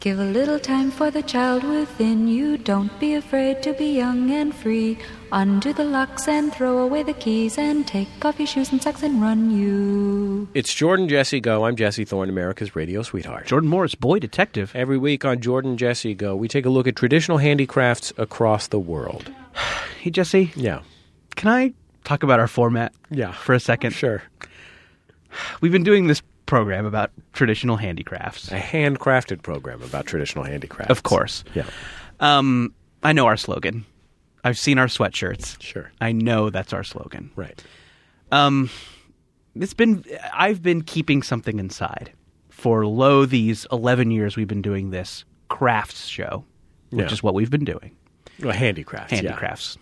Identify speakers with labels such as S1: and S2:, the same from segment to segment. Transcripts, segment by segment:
S1: Give a little time for the child within you. Don't be afraid to be young and free. Undo the locks and throw away the keys and take off your shoes and socks and run you.
S2: It's Jordan Jesse Go. I'm Jesse Thorne, America's radio sweetheart.
S3: Jordan Morris, boy detective.
S2: Every week on Jordan Jesse Go, we take a look at traditional handicrafts across the world.
S3: Hey, Jesse,
S2: Yeah.
S3: can I talk about our format
S2: Yeah.
S3: for a second?
S2: Sure.
S3: We've been doing this program about traditional handicrafts,
S2: A handcrafted program about traditional handicrafts.
S3: of course.
S2: Yeah.
S3: Um, I know our slogan. I've seen our sweatshirts.
S2: Sure.
S3: I know that's our slogan.
S2: Right.
S3: Um, it's been I've been keeping something inside for lo these eleven years we've been doing this crafts show, which
S2: Yeah.
S3: is what we've been doing.
S2: Well, handicrafts. yeah.
S3: Handicrafts.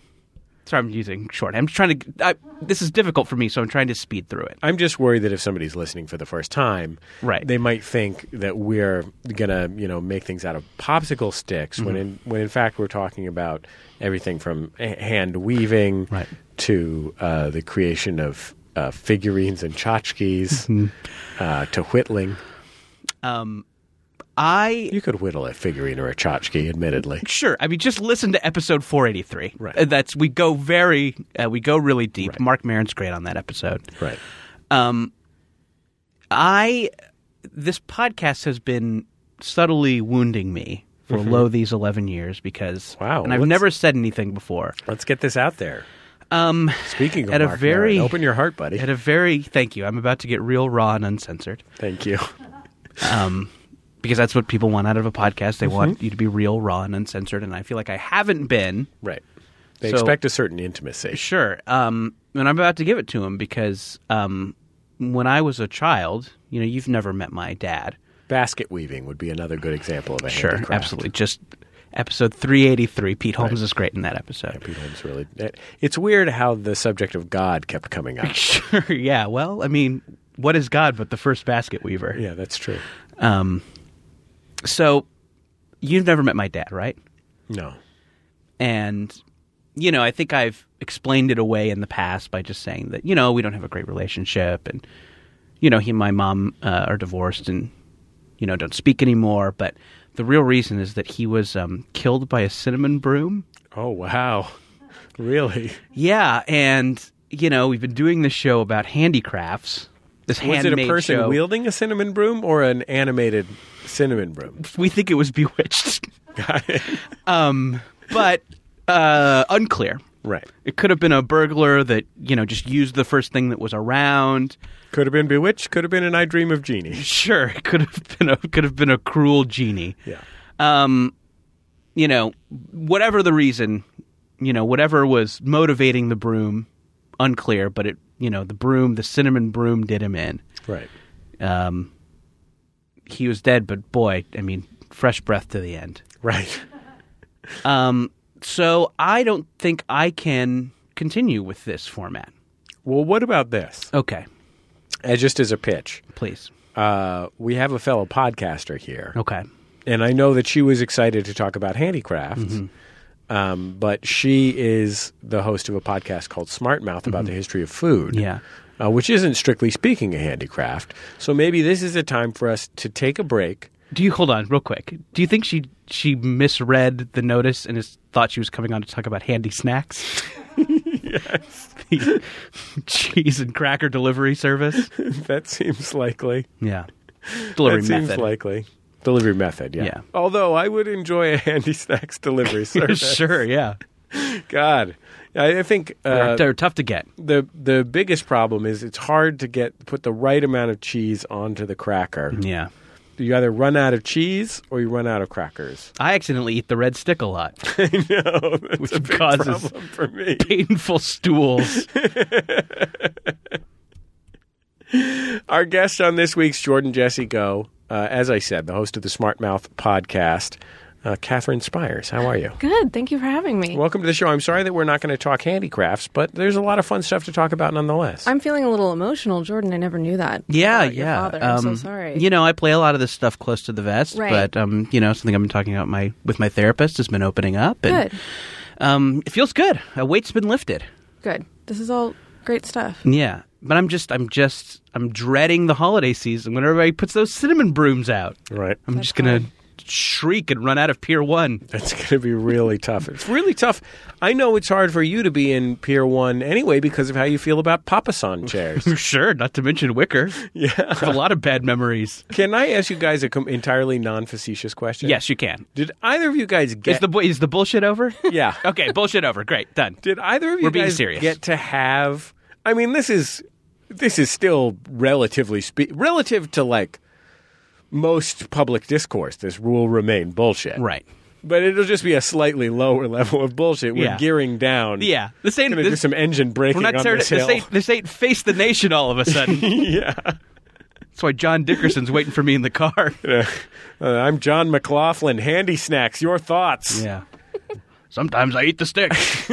S3: Sorry, I'm using short. I'm trying to. I, this is difficult for me, so I'm trying to speed through it.
S2: I'm just worried that if somebody's listening for the first time,
S3: Right.
S2: they might think that we're gonna, you know, make things out of popsicle sticks when in
S3: Mm-hmm.
S2: when in fact we're talking about everything from h- hand weaving
S3: Right.
S2: to uh, the creation of uh, figurines and tchotchkes
S3: Mm-hmm.
S2: uh, to whittling.
S3: Um, I
S2: You could whittle a figurine or a tchotchke, admittedly.
S3: Sure. I mean, just listen to episode 483.
S2: Right.
S3: Uh, That's we go very uh, we go really deep. Mark Maron's great on that episode.
S2: Right.
S3: Um, I this podcast has been subtly wounding me for low these 11 years because
S2: Mm-hmm. Wow,
S3: and I've
S2: let's-
S3: never said anything before.
S2: Let's get this out there.
S3: Um,
S2: Speaking of
S3: At a
S2: Mark
S3: very-
S2: Maron, open your heart, buddy.
S3: at a very thank you. I'm about to get real raw and uncensored.
S2: Thank you.
S3: Um, because that's what people want out of a podcast.
S2: Mm-hmm.
S3: They want you to be real, raw, and uncensored. And I feel like I haven't been.
S2: Right. They
S3: So-
S2: expect a certain intimacy.
S3: Sure. Um, and I'm about to give it to him because um, when I was a child, you know, you've never met my dad.
S2: Basket weaving would be another good example of a handicraft.
S3: absolutely. Just episode 383. Pete Holmes is great in that episode.
S2: Pete Holmes really. it- It's weird how the subject of God kept coming up.
S3: Sure. Yeah. Well, I mean, what is God but the first basket weaver?
S2: yeah, that's true.
S3: Um, so you've never met my dad, right?
S2: No,
S3: And you know, I think I've explained it away in the past by just saying that you know we don't have a great relationship, and you know he and my mom uh, are divorced, and you know don't speak anymore. But the real reason is that he was um, killed by a cinnamon broom.
S2: Oh wow, really?
S3: Yeah, and you know we've been doing this show about handicrafts. This
S2: Was it
S3: handmade
S2: a person
S3: show.
S2: wielding a cinnamon broom or an animated cinnamon broom?
S3: We think it was bewitched. um, but uh, unclear.
S2: Right.
S3: It could have been a burglar that you know just used the first thing that was around.
S2: Could have been bewitched. Could have been an I Dream of Genie.
S3: Sure, it could have been a could have been a cruel genie. Um, you know, whatever the reason, you know, whatever was motivating the broom, unclear. But it, you know, the broom, the cinnamon broom, did him in.
S2: Right.
S3: Um, he was dead, but boy, I mean, fresh breath to the end.
S2: Right.
S3: Um, so I don't think I can continue with this format.
S2: Well, what about this?
S3: Okay,
S2: Uh, just as a pitch,
S3: please.
S2: uh, we have a fellow podcaster here.
S3: Okay.
S2: and I know that she was excited to talk about handicrafts.
S3: Mm-hmm.
S2: Um, but she is the host of a podcast called Smart Mouth about the history of food,
S3: Mm-hmm. Yeah.
S2: uh, which isn't strictly speaking a handicraft. So maybe this is a time for us to take a break.
S3: Do you hold on real quick? Do you think she she misread the notice and is, thought she was coming on to talk about handy snacks? yes. cheese and cracker delivery service.
S2: that seems likely.
S3: Yeah. Delivery
S2: that
S3: method.
S2: seems likely. Delivery method, yeah.
S3: Yeah.
S2: Although I would enjoy a handy snacks delivery service.
S3: sure, yeah.
S2: God, I, I think uh,
S3: They're- They're tough to get.
S2: the the biggest problem is it's hard to get put the right amount of cheese onto the cracker.
S3: Yeah.
S2: you either run out of cheese or you run out of crackers.
S3: I accidentally eat the red stick a lot.
S2: I know. Oh, That's
S3: Which
S2: a big
S3: causes-
S2: problem for me.
S3: Painful stools.
S2: Our guest on this week's Jordan Jesse Go, uh, as I said, the host of the Smart Mouth podcast, uh, Catherine Spires. How are you?
S4: Good. Thank you for having me.
S2: Welcome to the show. I'm sorry that we're not going to talk handicrafts, but there's a lot of fun stuff to talk about nonetheless.
S4: I'm feeling a little emotional, Jordan. I never knew that.
S3: Yeah,
S4: about your
S3: yeah.
S4: father. I'm so
S3: Um,
S4: sorry.
S3: You know, I play a lot of this stuff close to the vest,
S4: Right.
S3: but um, you know, something I've been talking about my with my therapist has been opening up, and
S4: Good.
S3: um, it feels good. A weight's been lifted.
S4: Good. This is all great stuff.
S3: Yeah, but I'm just, I'm just, I'm dreading the holiday season when everybody puts those cinnamon brooms out.
S2: right.
S3: I'm
S4: That's
S3: just gonna
S4: fine.
S3: shriek and run out of Pier One.
S2: That's going to be really tough. It's really tough. I know it's hard for you to be in Pier 1 anyway because of how you feel about Papasan chairs.
S3: Sure, not to mention Wicker.
S2: yeah.
S3: I have a lot of bad memories.
S2: Can I ask you guys a com- entirely non facetious question?
S3: Yes, you can.
S2: Did either of you guys get
S3: Is the bu- is the bullshit over?
S2: Yeah.
S3: okay, bullshit over. Great, done.
S2: Uh, Did either of you
S3: We're being
S2: guys
S3: serious.
S2: get to have? I mean, this is this is still relatively spe- relative to like most public discourse. This will remain bullshit,
S3: Right.
S2: But it'll just be a slightly lower level of bullshit. We're
S3: Yeah.
S2: gearing down.
S3: Yeah, this ain't.
S2: gonna do
S3: This,
S2: some engine braking
S3: we're not
S2: on
S3: tearing
S2: this
S3: it. This
S2: hill.
S3: ain't, this ain't face the nation all of a sudden. yeah. That's why John Dickerson's waiting for me in the car.
S2: Uh, I'm John McLaughlin. Handy snacks. Your thoughts?
S3: Yeah. Sometimes I eat the sticks.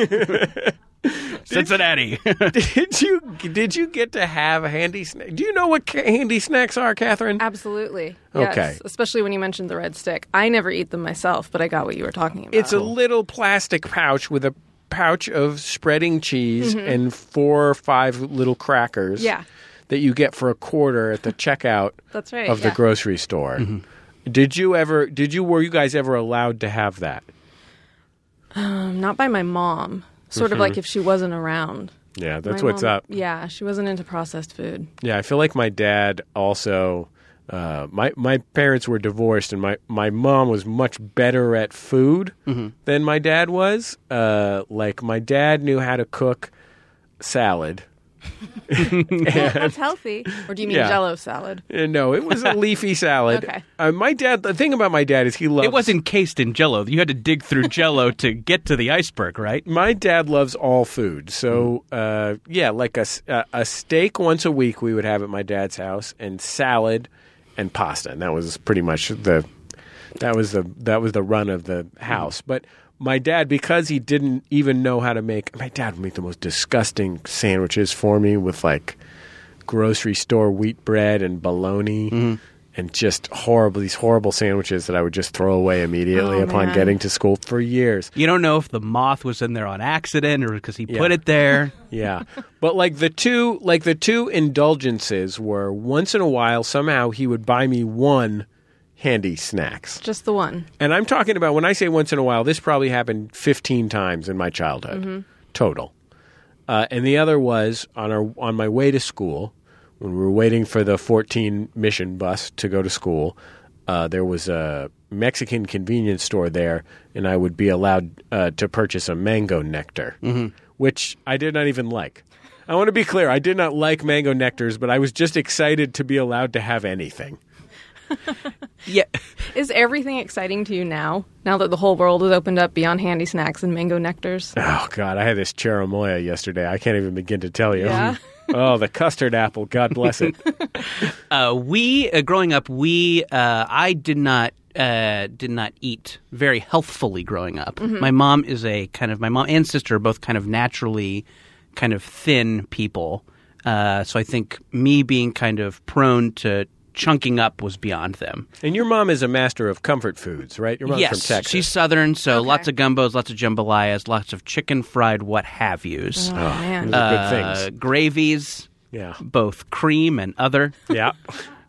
S3: Cincinnati.
S2: Did you did you get to have handy snacks? Do you know what ca- handy snacks are, Catherine?
S4: Absolutely.
S2: Okay.
S4: Yes, especially when you mentioned the red stick. I never eat them myself, but I got what you were talking about.
S2: It's a little plastic pouch with a pouch of spreading cheese and four or five little crackers.
S4: Mm-hmm. Yeah.
S2: That you get for a quarter at the checkout
S4: That's right,
S2: of the
S4: yeah.
S2: grocery store. Did you ever did you were you guys ever allowed to have that?
S4: Um, not by my mom. Sort of like if she wasn't around.
S2: Yeah, Mm-hmm. that's
S4: My
S2: what's
S4: mom-
S2: up.
S4: Yeah, she wasn't into processed food.
S2: Yeah, I feel like my dad also. Uh, my my parents were divorced, and my, my mom was much better at food than my dad was. Uh, like my dad knew how to cook salad.
S4: That's healthy. Or do you mean
S2: Yeah.
S4: jello salad?
S2: Uh, no, it was a leafy salad.
S4: Okay.
S2: Uh, my dad. The thing about my dad is he loves.
S3: it was encased in jello. You had to dig through jello to get to the iceberg, right?
S2: My dad loves all food, so
S4: Hmm.
S2: uh, yeah, like a s- a- a steak once a week we would have at my dad's house, and salad, and pasta, and that was pretty much the that was the that was the run of the
S4: Hmm.
S2: house. But my dad, because he didn't even know how to make, my dad would make the most disgusting sandwiches for me with like grocery store wheat bread and bologna.
S4: Mm-hmm.
S2: And just horrible, these horrible sandwiches that I would just throw away immediately
S4: Oh,
S2: upon
S4: man.
S2: getting to school for years.
S3: You don't know if the moth was in there on accident or because he put
S2: Yeah.
S3: it there.
S2: yeah but like the two like the two indulgences were once in a while somehow he would buy me one handy snacks
S4: Just the one.
S2: and i'm talking about when i say once in a while this probably happened 15 times in my childhood total uh, and the other was on our on my way to school when we were waiting for the 14 mission bus to go to school. Uh, there was a Mexican convenience store there, and I would be allowed uh, to purchase a mango nectar, which I did not even like. I want to be clear: I did not like mango nectars, but I was just excited to be allowed to have anything.
S3: Yeah.
S4: Is everything exciting to you now? Now that the whole world has opened up beyond handy snacks and mango nectars?
S2: Oh God, I had this cherimoya yesterday. I can't even begin to tell you.
S4: Yeah.
S2: oh, the custard apple. God bless it.
S3: Uh, we uh, growing up, we uh, I did not uh, did not eat very healthfully growing up. My mom is a kind of my mom and sister are both kind of naturally kind of thin people. Uh, so I think me being kind of prone to chunking up was beyond them.
S2: And your mom is a master of comfort foods, right? Your mom's
S3: yes,
S2: from Texas.
S3: she's southern, so lots of gumbos, lots of jambalayas, lots of chicken fried what have yous,
S4: Oh,
S2: Those
S4: man.
S2: are
S3: uh,
S2: good things.
S3: gravies,
S2: Yeah.
S3: both cream and other.
S2: Yeah.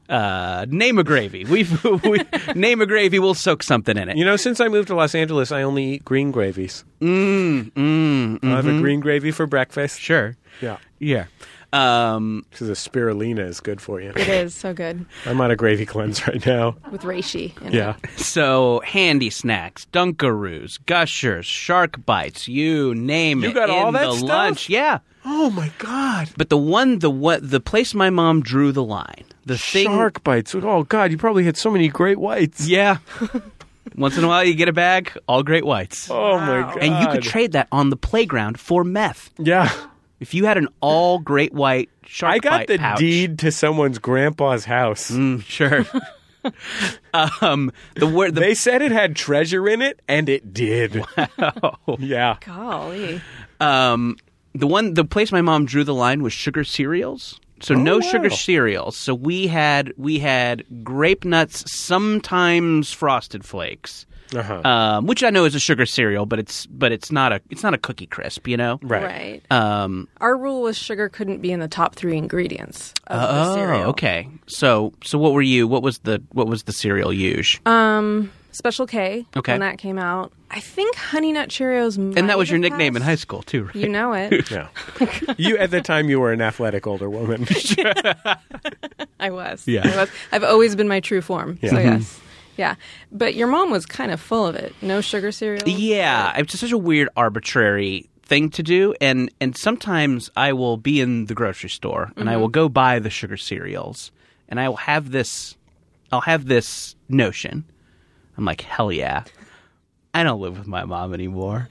S3: uh, name a gravy. We've we, name a gravy. We'll soak something in it.
S2: You know, since I moved to Los Angeles, I only eat green gravies. Mm, mm, I have a
S3: mm-hmm.
S2: green gravy for breakfast.
S3: sure.
S2: Yeah.
S3: Yeah. Um,
S2: Because the spirulina is good for you.
S4: it is so good
S2: I'm on a gravy cleanse right now.
S4: with reishi. In
S2: Yeah.
S4: It.
S3: so handy snacks, Dunkaroos, Gushers, Shark Bites. You name
S2: You
S3: it.
S2: got all
S3: in
S2: that
S3: the
S2: stuff?
S3: lunch. Yeah.
S2: Oh, my God.
S3: But the one, the what, the place my mom drew the line. The thing.
S2: Shark bites. Oh, God. You probably had so many great whites.
S3: Yeah. Once in a while, you get a bag, all great whites,
S2: Oh, my God.
S3: and you could trade that on the playground for meth.
S2: Yeah.
S3: If you had an all great white shark
S2: I got
S3: bite
S2: the
S3: pouch,
S2: deed to someone's grandpa's house.
S3: Mm, sure. um, the word the
S2: They said it had treasure in it, and it did. Yeah.
S4: Golly.
S3: um the one the place my mom drew the line was sugar cereals. So
S2: Oh,
S3: no
S2: wow.
S3: sugar cereals. So we had we had grape nuts, sometimes frosted flakes.
S2: Uh-huh.
S3: Um, which I know is a sugar cereal, but it's but it's not a it's not a cookie crisp, you know.
S2: Right.
S4: Right.
S3: Um,
S4: Our rule was sugar couldn't be in the top three ingredients of the
S3: oh,
S4: cereal.
S3: okay. So so what were you? What was the what was the cereal you?
S4: Um, Special K.
S3: Okay.
S4: When that came out, I think Honey Nut Cheerios.
S3: And that was your nickname in high school too, right?
S4: You know it.
S2: Yeah. you at the time you were an athletic older woman.
S4: I was.
S3: Yeah. Mm-hmm.
S4: I was. I've always been my true form.
S2: Yeah.
S4: So
S2: Mhm.
S4: yes. Yeah. But your mom was kind of full of it. No sugar cereal.
S3: Yeah, it's just such a weird, arbitrary thing to do, and and sometimes I will be in the grocery store and I will go buy the sugar cereals, and I will have this, I'll have this notion. I'm like, hell yeah, I don't live with my mom anymore.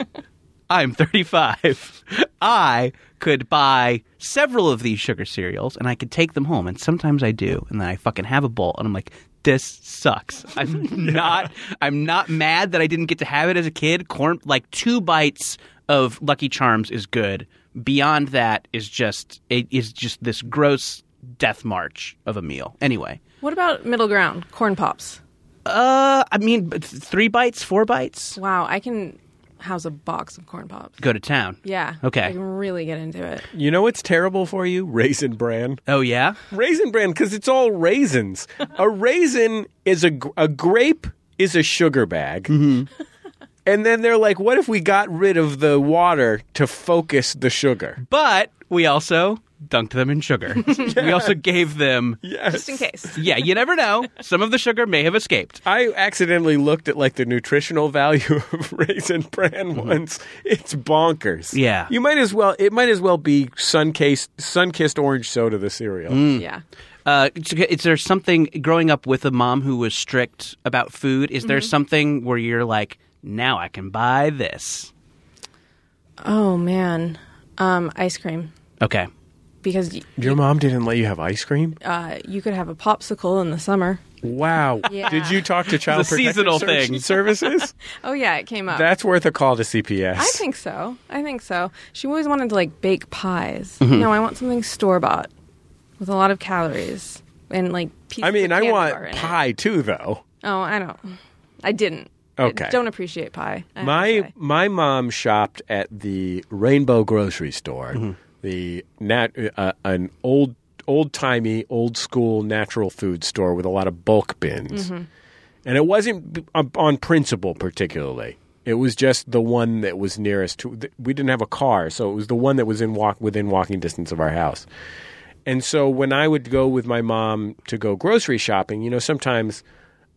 S3: I'm 35. I could buy several of these sugar cereals and I could take them home. And sometimes I do. And then I fucking have a bowl and I'm like, this sucks. I'm not I'm not mad that I didn't get to have it as a kid. Corn like two bites of Lucky Charms is good. Beyond that is just it is just this gross death march of a meal. Anyway.
S4: What about middle ground? Corn pops.
S3: Uh I mean b- th- three bites, four bites?
S4: Wow. I can house a box of corn pops.
S3: Go to town.
S4: Yeah.
S3: Okay.
S4: I can really get into it.
S2: you know what's terrible for you? Raisin bran.
S3: Oh yeah?
S2: Raisin bran because it's all raisins. a raisin is a gr- a grape is a sugar bag.
S3: Mm-hmm.
S2: And then they're like, what if we got rid of the water to focus the sugar?
S3: but we also dunked them in sugar. We also gave them.
S2: Yes.
S4: Just in case.
S3: Yeah, you never know. Some of the sugar may have escaped.
S2: I accidentally looked at like the nutritional value of raisin bran once. It's bonkers.
S3: Yeah.
S2: You might as well it might as well be sun sun-kissed orange soda the cereal.
S3: Hmm.
S4: Yeah.
S3: Uh, it's- is there something growing up with a mom who was strict about food? Is there
S4: Mm-hmm.
S3: something where you're like, now I can buy this?
S4: Oh man. Um, ice cream.
S3: Okay.
S4: Because y-
S2: Your mom didn't let you have ice cream?
S4: uh, you could have a popsicle in the summer.
S2: Wow.
S4: Yeah.
S2: Did you talk to child
S3: It's a
S2: protective
S3: seasonal
S2: Ser-
S3: thing.
S2: services?
S4: Oh yeah, it came up.
S2: That's worth a call to CPS.
S4: I think so. I think so. She always wanted to like bake pies.
S2: Mm-hmm.
S4: No, I want something store bought with a lot of calories and like pieces
S2: I mean,
S4: of
S2: I
S4: candy
S2: want
S4: bar in it.
S2: pie too, though.
S4: Oh, I don't. I didn't.
S2: Okay.
S4: I don't appreciate pie. I have to
S2: My
S4: say.
S2: my mom shopped at the Rainbow Grocery Store, the nat uh, an old old timey old school natural food store with a lot of bulk bins,
S4: Mm-hmm.
S2: and it wasn't b- on- on principle particularly. It was just the one that was nearest to. th- We didn't have a car, so it was the one that was in walk within walking distance of our house. And so when I would go with my mom to go grocery shopping, you know, sometimes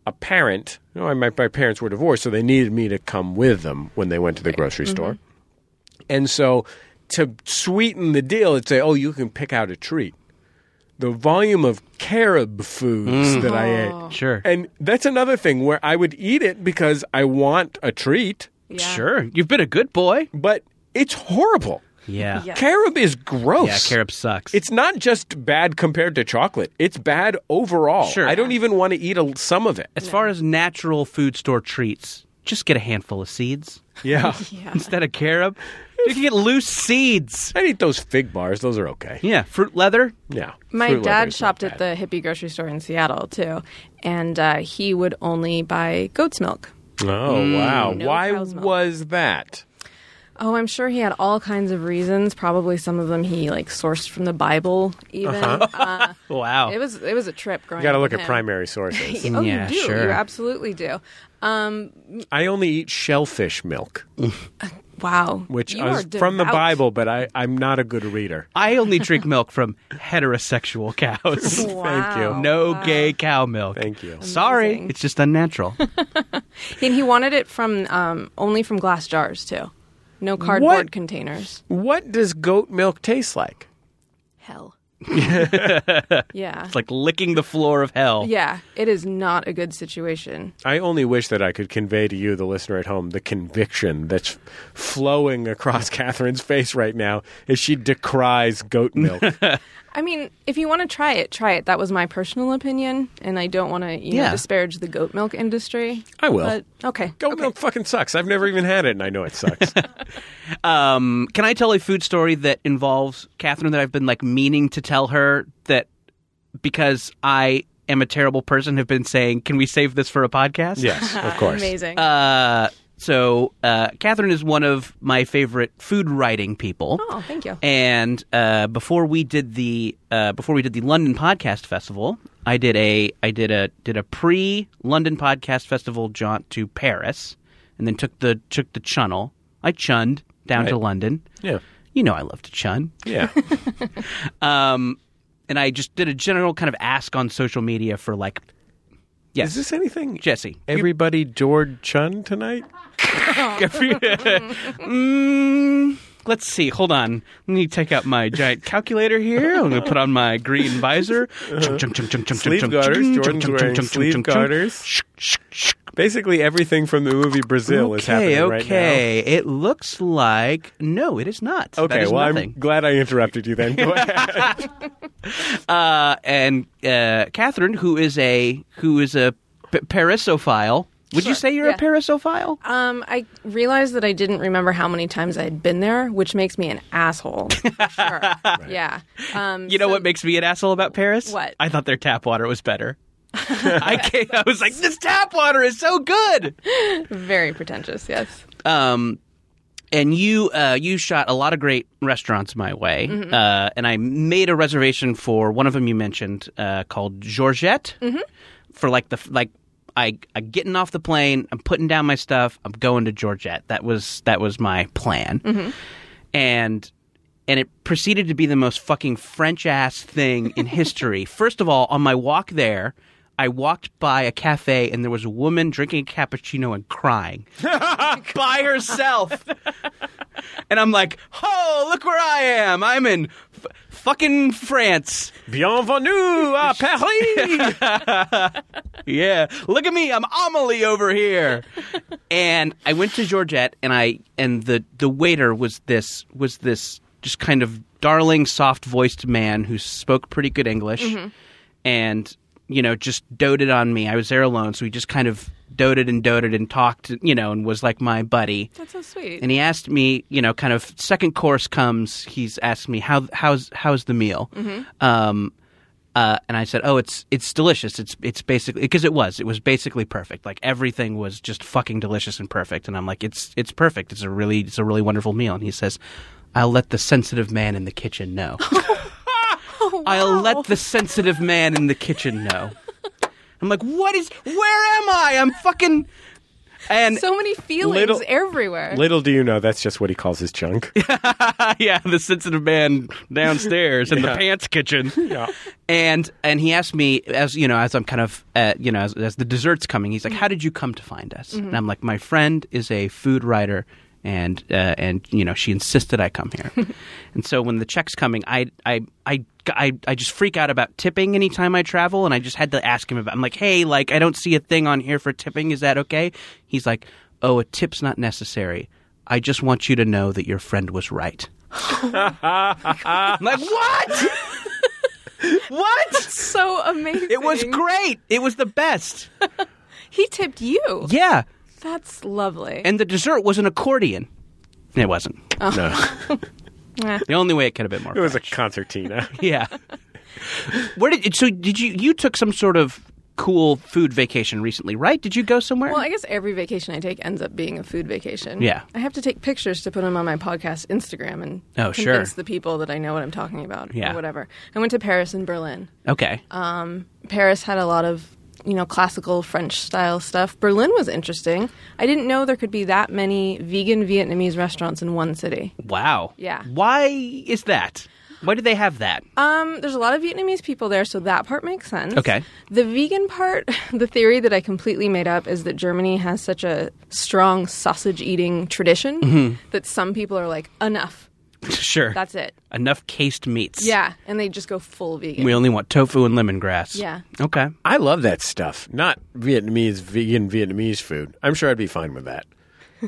S2: a parent, you know, my, my parents were divorced, so they needed me to come with them when they went to the grocery store. And so to sweeten the deal, it'd say, oh, you can pick out a treat. The volume of carob foods that I
S4: Oh.
S2: ate.
S3: Sure.
S2: And that's another thing where I would eat it because I want a treat,
S4: Yeah.
S3: Sure. You've been a good boy.
S2: but it's horrible.
S3: Yeah.
S4: Yeah.
S2: Carob is gross.
S3: Yeah, carob sucks.
S2: It's not just bad compared to chocolate. It's bad overall.
S3: Sure.
S2: I don't even want to eat a, some of it.
S3: as far as natural food store treats, just get a handful of seeds
S2: Yeah.
S4: Yeah.
S3: instead of carob. You can get loose seeds.
S2: I'd eat those fig bars. Those are okay.
S3: Yeah, fruit leather.
S2: Yeah.
S4: My
S2: Fruit
S4: dad
S2: leather's not
S4: shopped at
S2: bad.
S4: the hippie grocery store in Seattle too, and uh, he would only buy goat's milk.
S2: Oh, wow.
S4: No
S2: Why
S4: cow's milk.
S2: was that?
S4: Oh, I'm sure he had all kinds of reasons. Probably some of them he like sourced from the Bible. Even uh,
S3: Wow.
S4: it was it was a trip growing.
S2: Uh-huh. You got to
S4: up
S2: look
S4: with
S2: at
S4: him.
S2: primary sources.
S4: Oh,
S3: Yeah,
S4: you do.
S3: sure.
S4: You absolutely do. Um,
S2: I only eat shellfish milk,
S4: wow.
S2: which
S4: You
S2: is
S4: are
S2: from the
S4: devout.
S2: Bible, but I, I'm not a good reader.
S3: I only drink milk from heterosexual cows.
S2: Thank you.
S4: Wow.
S3: No gay cow milk.
S2: Thank you.
S3: Sorry,
S4: Amazing.
S3: it's just unnatural.
S4: And he wanted it from um, only from glass jars too, no cardboard
S2: What?
S4: containers.
S2: What does goat milk taste like?
S4: Hell. yeah.
S3: it's like licking the floor of hell.
S4: Yeah. It is not a good situation.
S2: I only wish that I could convey to you, the listener at home, the conviction that's flowing across Catherine's face right now as she decries goat milk.
S4: I mean, if you want to try it, try it. That was my personal opinion, and I don't want to you
S3: Yeah.
S4: know, disparage the goat milk industry.
S2: I will.
S4: But okay.
S2: goat
S4: okay.
S2: milk fucking sucks. I've never even had it, and I know it sucks.
S3: Um, can I tell a food story that involves Catherine that I've been like meaning to tell her that because I am a terrible person have been saying, can we save this for a podcast?
S2: yes, of course.
S4: Amazing.
S3: Uh, So uh, Catherine is one of my favorite food writing people.
S4: Oh, thank you.
S3: And uh, before we did the uh, before we did the London Podcast Festival, I did a I did a did a pre London Podcast Festival jaunt to Paris, and then took the took the chunnel. I chunned down to
S2: Right.
S3: London.
S2: Yeah.
S3: You know I love to chun.
S2: Yeah.
S3: Um, and I just did a general kind of ask on social media for like, yes,
S2: Is this anything?
S3: Jesse.
S2: Everybody George Chun tonight?
S3: Mm, let's see. Hold on. Let me take out my giant calculator here. I'm going to put on my green visor. Chum, chum, chum, chum, chum,
S2: Uh-huh. Sleeve
S3: chum,
S2: garters.
S3: chum, chum,
S2: Jordan's
S3: chum,
S2: wearing
S3: chum, chum,
S2: sleeve
S3: chum, chum.
S2: garters. Basically everything from the movie Brazil is happening
S3: Okay,
S2: right now.
S3: okay. It looks like no, it is not.
S2: Okay,
S3: that is
S2: well,
S3: nothing.
S2: I'm glad I interrupted you then. Go ahead.
S3: uh, and uh, Catherine, who is a who is a p- Parisophile. Would you say you're
S4: Yeah.
S3: a Parisophile?
S4: Um, I realized that I didn't remember how many times I had been there, which makes me an asshole. Sure. Yeah. Um,
S3: You know
S4: so-
S3: what makes me an asshole about Paris?
S4: What?
S3: I thought their tap water was better. I came, I was like, this tap water is so good.
S4: Very pretentious. Yes.
S3: Um, and you uh, you shot a lot of great restaurants my way, uh, and I made a reservation for one of them you mentioned uh, called Georgette for like the f- like. I I'm getting off the plane. I'm putting down my stuff. I'm going to Georgette. That was that was my plan, and and it proceeded to be the most fucking French ass thing in history. First of all, on my walk there, I walked by a cafe and there was a woman drinking a cappuccino and crying by herself. and I'm like, oh, look where I am. I'm in f- fucking France.
S2: Bienvenue à Paris.
S3: Yeah, look at me. I'm Amelie over here. and I went to Georgette, and I and the the waiter was this was this just kind of darling, soft voiced man who spoke pretty good English, and you know just doted on me. I was there alone, so he just kind of doted and doted and talked, you know, and was like my buddy.
S4: That's so sweet.
S3: And he asked me, you know, kind of second course comes. He's asked me how how's how's the meal, um, uh, and I said, oh, it's it's delicious. It's it's basically because it was it was basically perfect. Like everything was just fucking delicious and perfect. And I'm like, it's it's perfect. It's a really it's a really wonderful meal. And he says, I'll let the sensitive man in the kitchen know. I'll let the sensitive man in the kitchen know. I'm like, what is? Where am I? I'm fucking. And
S4: so many feelings
S2: Little-
S4: everywhere.
S2: Little do you know, that's just what he calls his chunk.
S3: yeah, the sensitive man downstairs in the pants kitchen.
S2: Yeah.
S3: And and he asked me as you know as I'm kind of uh, you know as, as the dessert's coming, he's like, "How did you come to find us?" And I'm like, "My friend is a food writer." And uh, and you know she insisted I come here, and so when the check's coming, I I, I I I just freak out about tipping anytime I travel, and I just had to ask him about. I'm like, hey, like I don't see a thing on here for tipping. Is that okay? He's like, oh, a tip's not necessary. I just want you to know that your friend was right. I'm like, what? what?
S4: so amazing.
S3: It was great. It was the best.
S4: He tipped you.
S3: Yeah.
S4: That's lovely.
S3: And the dessert was an accordion. It wasn't.
S4: Uh.
S2: No,
S3: The only way it could have been more.
S2: it was a concertina.
S3: yeah. Where did so did you you took some sort of cool food vacation recently, right? Did you go somewhere?
S4: well, I guess every vacation I take ends up being a food vacation.
S3: Yeah.
S4: I have to take pictures to put them on my podcast Instagram and
S3: Oh,
S4: convince
S3: sure.
S4: the people that I know what I'm talking about
S3: Yeah.
S4: or whatever. I went to Paris and Berlin.
S3: okay.
S4: uh, Paris had a lot of you know classical French style stuff. Berlin was interesting. I didn't know there could be that many vegan Vietnamese restaurants in one city.
S3: wow.
S4: yeah.
S3: Why is that? Why do they have that?
S4: Um, there's a lot of Vietnamese people there, so that part makes sense.
S3: Okay.
S4: The vegan part, the theory that I completely made up is that Germany has such a strong sausage eating tradition that some people are like, enough,
S3: sure.
S4: that's it.
S3: Enough cased meats.
S4: Yeah, and they just go full vegan.
S3: We only want tofu and lemongrass.
S4: Yeah.
S3: Okay.
S2: I love that stuff. Not Vietnamese, vegan Vietnamese food. I'm sure I'd be fine with that.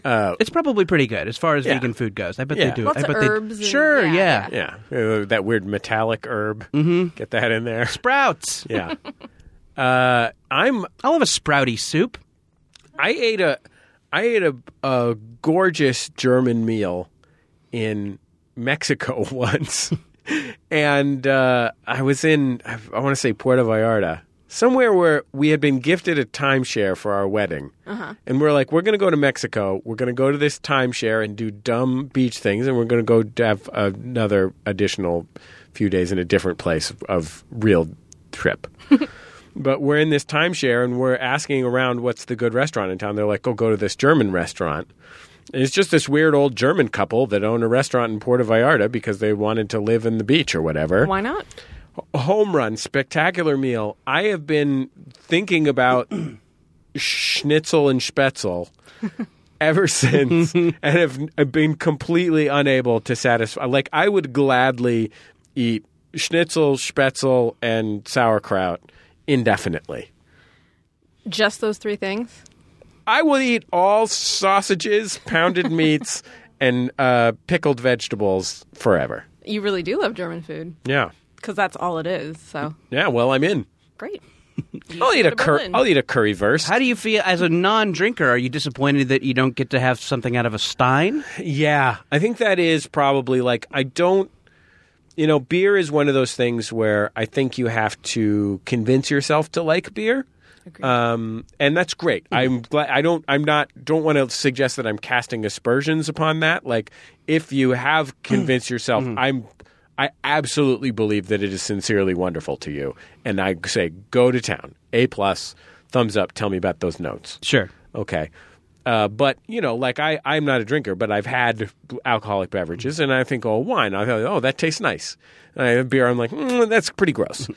S3: It's probably pretty good as far as
S2: Yeah.
S3: vegan food goes. I bet
S2: Yeah.
S3: they do.
S4: Lots
S3: I
S4: of
S3: bet
S4: herbs
S3: They,
S4: and-
S3: sure,
S4: yeah,
S3: yeah.
S2: Yeah, Uh, that weird metallic herb. Mm-hmm. Get that in there.
S3: Sprouts.
S2: Yeah. uh, I'm.
S3: I'll have a sprouty soup.
S2: I ate a. I ate a, a gorgeous German meal in Mexico once, and uh, I was in. I want to say Puerto Vallarta, somewhere where we had been gifted a timeshare for our wedding. And we're like, we're going to go to Mexico. We're going to go to this timeshare and do dumb beach things. And we're going to go d- have another additional few days in a different place of real trip. but we're in this timeshare and we're asking around what's the good restaurant in town. They're like, oh, go to this German restaurant. And it's just this weird old German couple that own a restaurant in Puerto Vallarta because they wanted to live in the beach or whatever
S4: Why not?
S2: home run, spectacular meal. I have been thinking about schnitzel and spetzel ever since and have have been completely unable to satisfy. Like, I would gladly eat schnitzel, spetzel, and sauerkraut indefinitely.
S4: Just those three things.
S2: I will eat all sausages, pounded meats, and uh, pickled vegetables forever.
S4: You really do love German food
S2: Yeah.
S4: because that's all it is. So
S2: Yeah, well, I'm in.
S4: great.
S2: I'll eat a cur-
S4: Berlin.
S2: I'll eat a curry verse.
S3: How do you feel as a non-drinker? Are you disappointed that you don't get to have something out of a stein?
S2: Yeah, I think that is probably like I don't you know, beer is one of those things where I think you have to convince yourself to like beer. Um, and that's great. I'm glad I don't I'm not don't want to suggest that I'm casting aspersions upon that. Like if you have convinced yourself I'm I absolutely believe that it is sincerely wonderful to you and I say go to town. A plus, thumbs up, tell me about those notes.
S3: Sure.
S2: Okay. Uh, but you know, like I, I'm not a drinker, but I've had alcoholic beverages, and I think, oh, wine. I thought, oh, that tastes nice. And I have beer. I'm like, mm, that's pretty gross.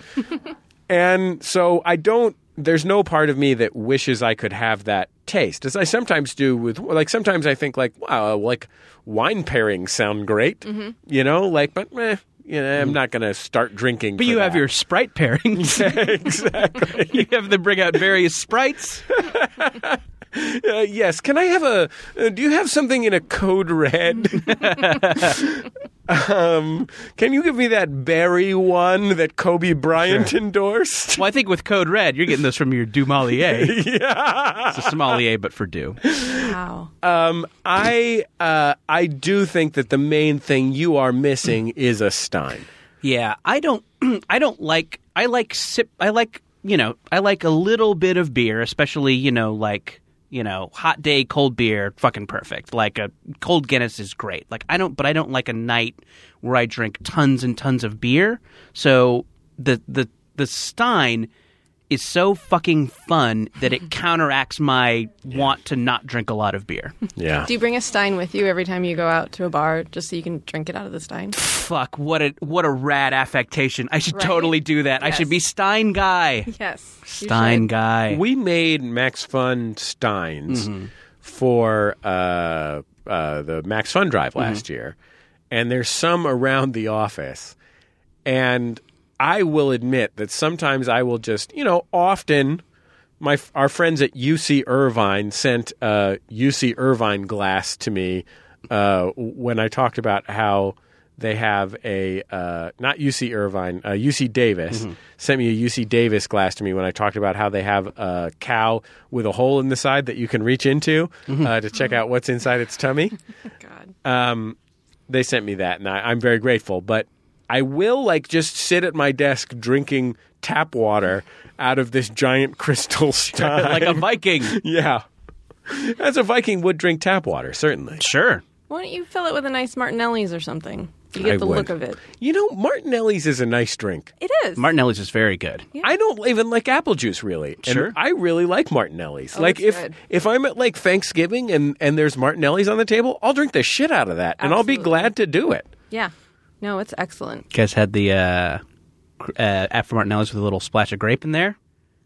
S2: and so I don't. There's no part of me that wishes I could have that taste, as I sometimes do with. Like sometimes I think, like, wow, like wine pairings sound great.
S3: Mm-hmm.
S2: You know, like, but meh, you know, I'm not going to start drinking.
S3: But
S2: for
S3: you have
S2: that.
S3: your Sprite pairings. exactly. you have them bring out various Sprites.
S2: Uh, yes. Can I have a? Uh, do you have something in a code red? um, can you give me that berry one that Kobe Bryant endorsed?
S3: Well, I think with Code Red, you're getting those from your Dumalier.
S2: yeah.
S3: It's a sommelier, but for Dew.
S4: Wow.
S2: Um, I uh, I do think that the main thing you are missing is a Stein.
S3: Yeah, I don't. I don't like. I like sip. I like you know. I like a little bit of beer, especially you know like you know hot day cold beer. Fucking perfect. Like a cold Guinness is great. Like I don't, but I don't like a night where I drink tons and tons of beer. So the the the Stein is so fucking fun that it counteracts my want to not drink a lot of beer.
S2: Yeah.
S4: Do you bring a stein with you every time you go out to a bar, just so you can drink it out of the stein?
S3: Fuck, what a what a rad affectation. I should
S4: Right?
S3: totally do that. I
S4: Yes.
S3: should be Stein guy.
S4: Yes. you
S3: Stein
S4: should.
S3: guy.
S2: We made Max Fun Steins for uh, uh, the Max Fun Drive last year, and there's some around the office. And I will admit that sometimes I will just, you know, often my our friends at UC Irvine sent a UC Irvine glass to me uh, when I talked about how they have a uh, not UC Irvine, uh, UC Davis sent me a UC Davis glass to me when I talked about how they have a cow with a hole in the side that you can reach into uh, to check out what's inside its tummy
S4: God.
S2: um, they sent me that, and I, I'm very grateful. But I will like just sit at my desk drinking tap water out of this giant crystal stein.
S3: like a Viking.
S2: yeah, as a Viking would drink tap water, certainly.
S3: Sure.
S4: Why don't you fill it with a nice Martinelli's or something? You get
S2: I
S4: the
S2: would.
S4: look of it.
S2: You know, Martinelli's is a nice drink.
S4: It is.
S3: Martinelli's is very good.
S2: I don't even like apple juice really. And
S3: Sure.
S2: I really like Martinelli's. like if
S4: that's good.
S2: if I'm at like Thanksgiving and and there's Martinelli's on the table, I'll drink the shit out of that, and I'll be
S4: Absolutely.
S2: glad to do it.
S4: yeah. No, it's excellent.
S3: You guys had the uh, cr- uh, after Martinelli's with a little splash of grape in there.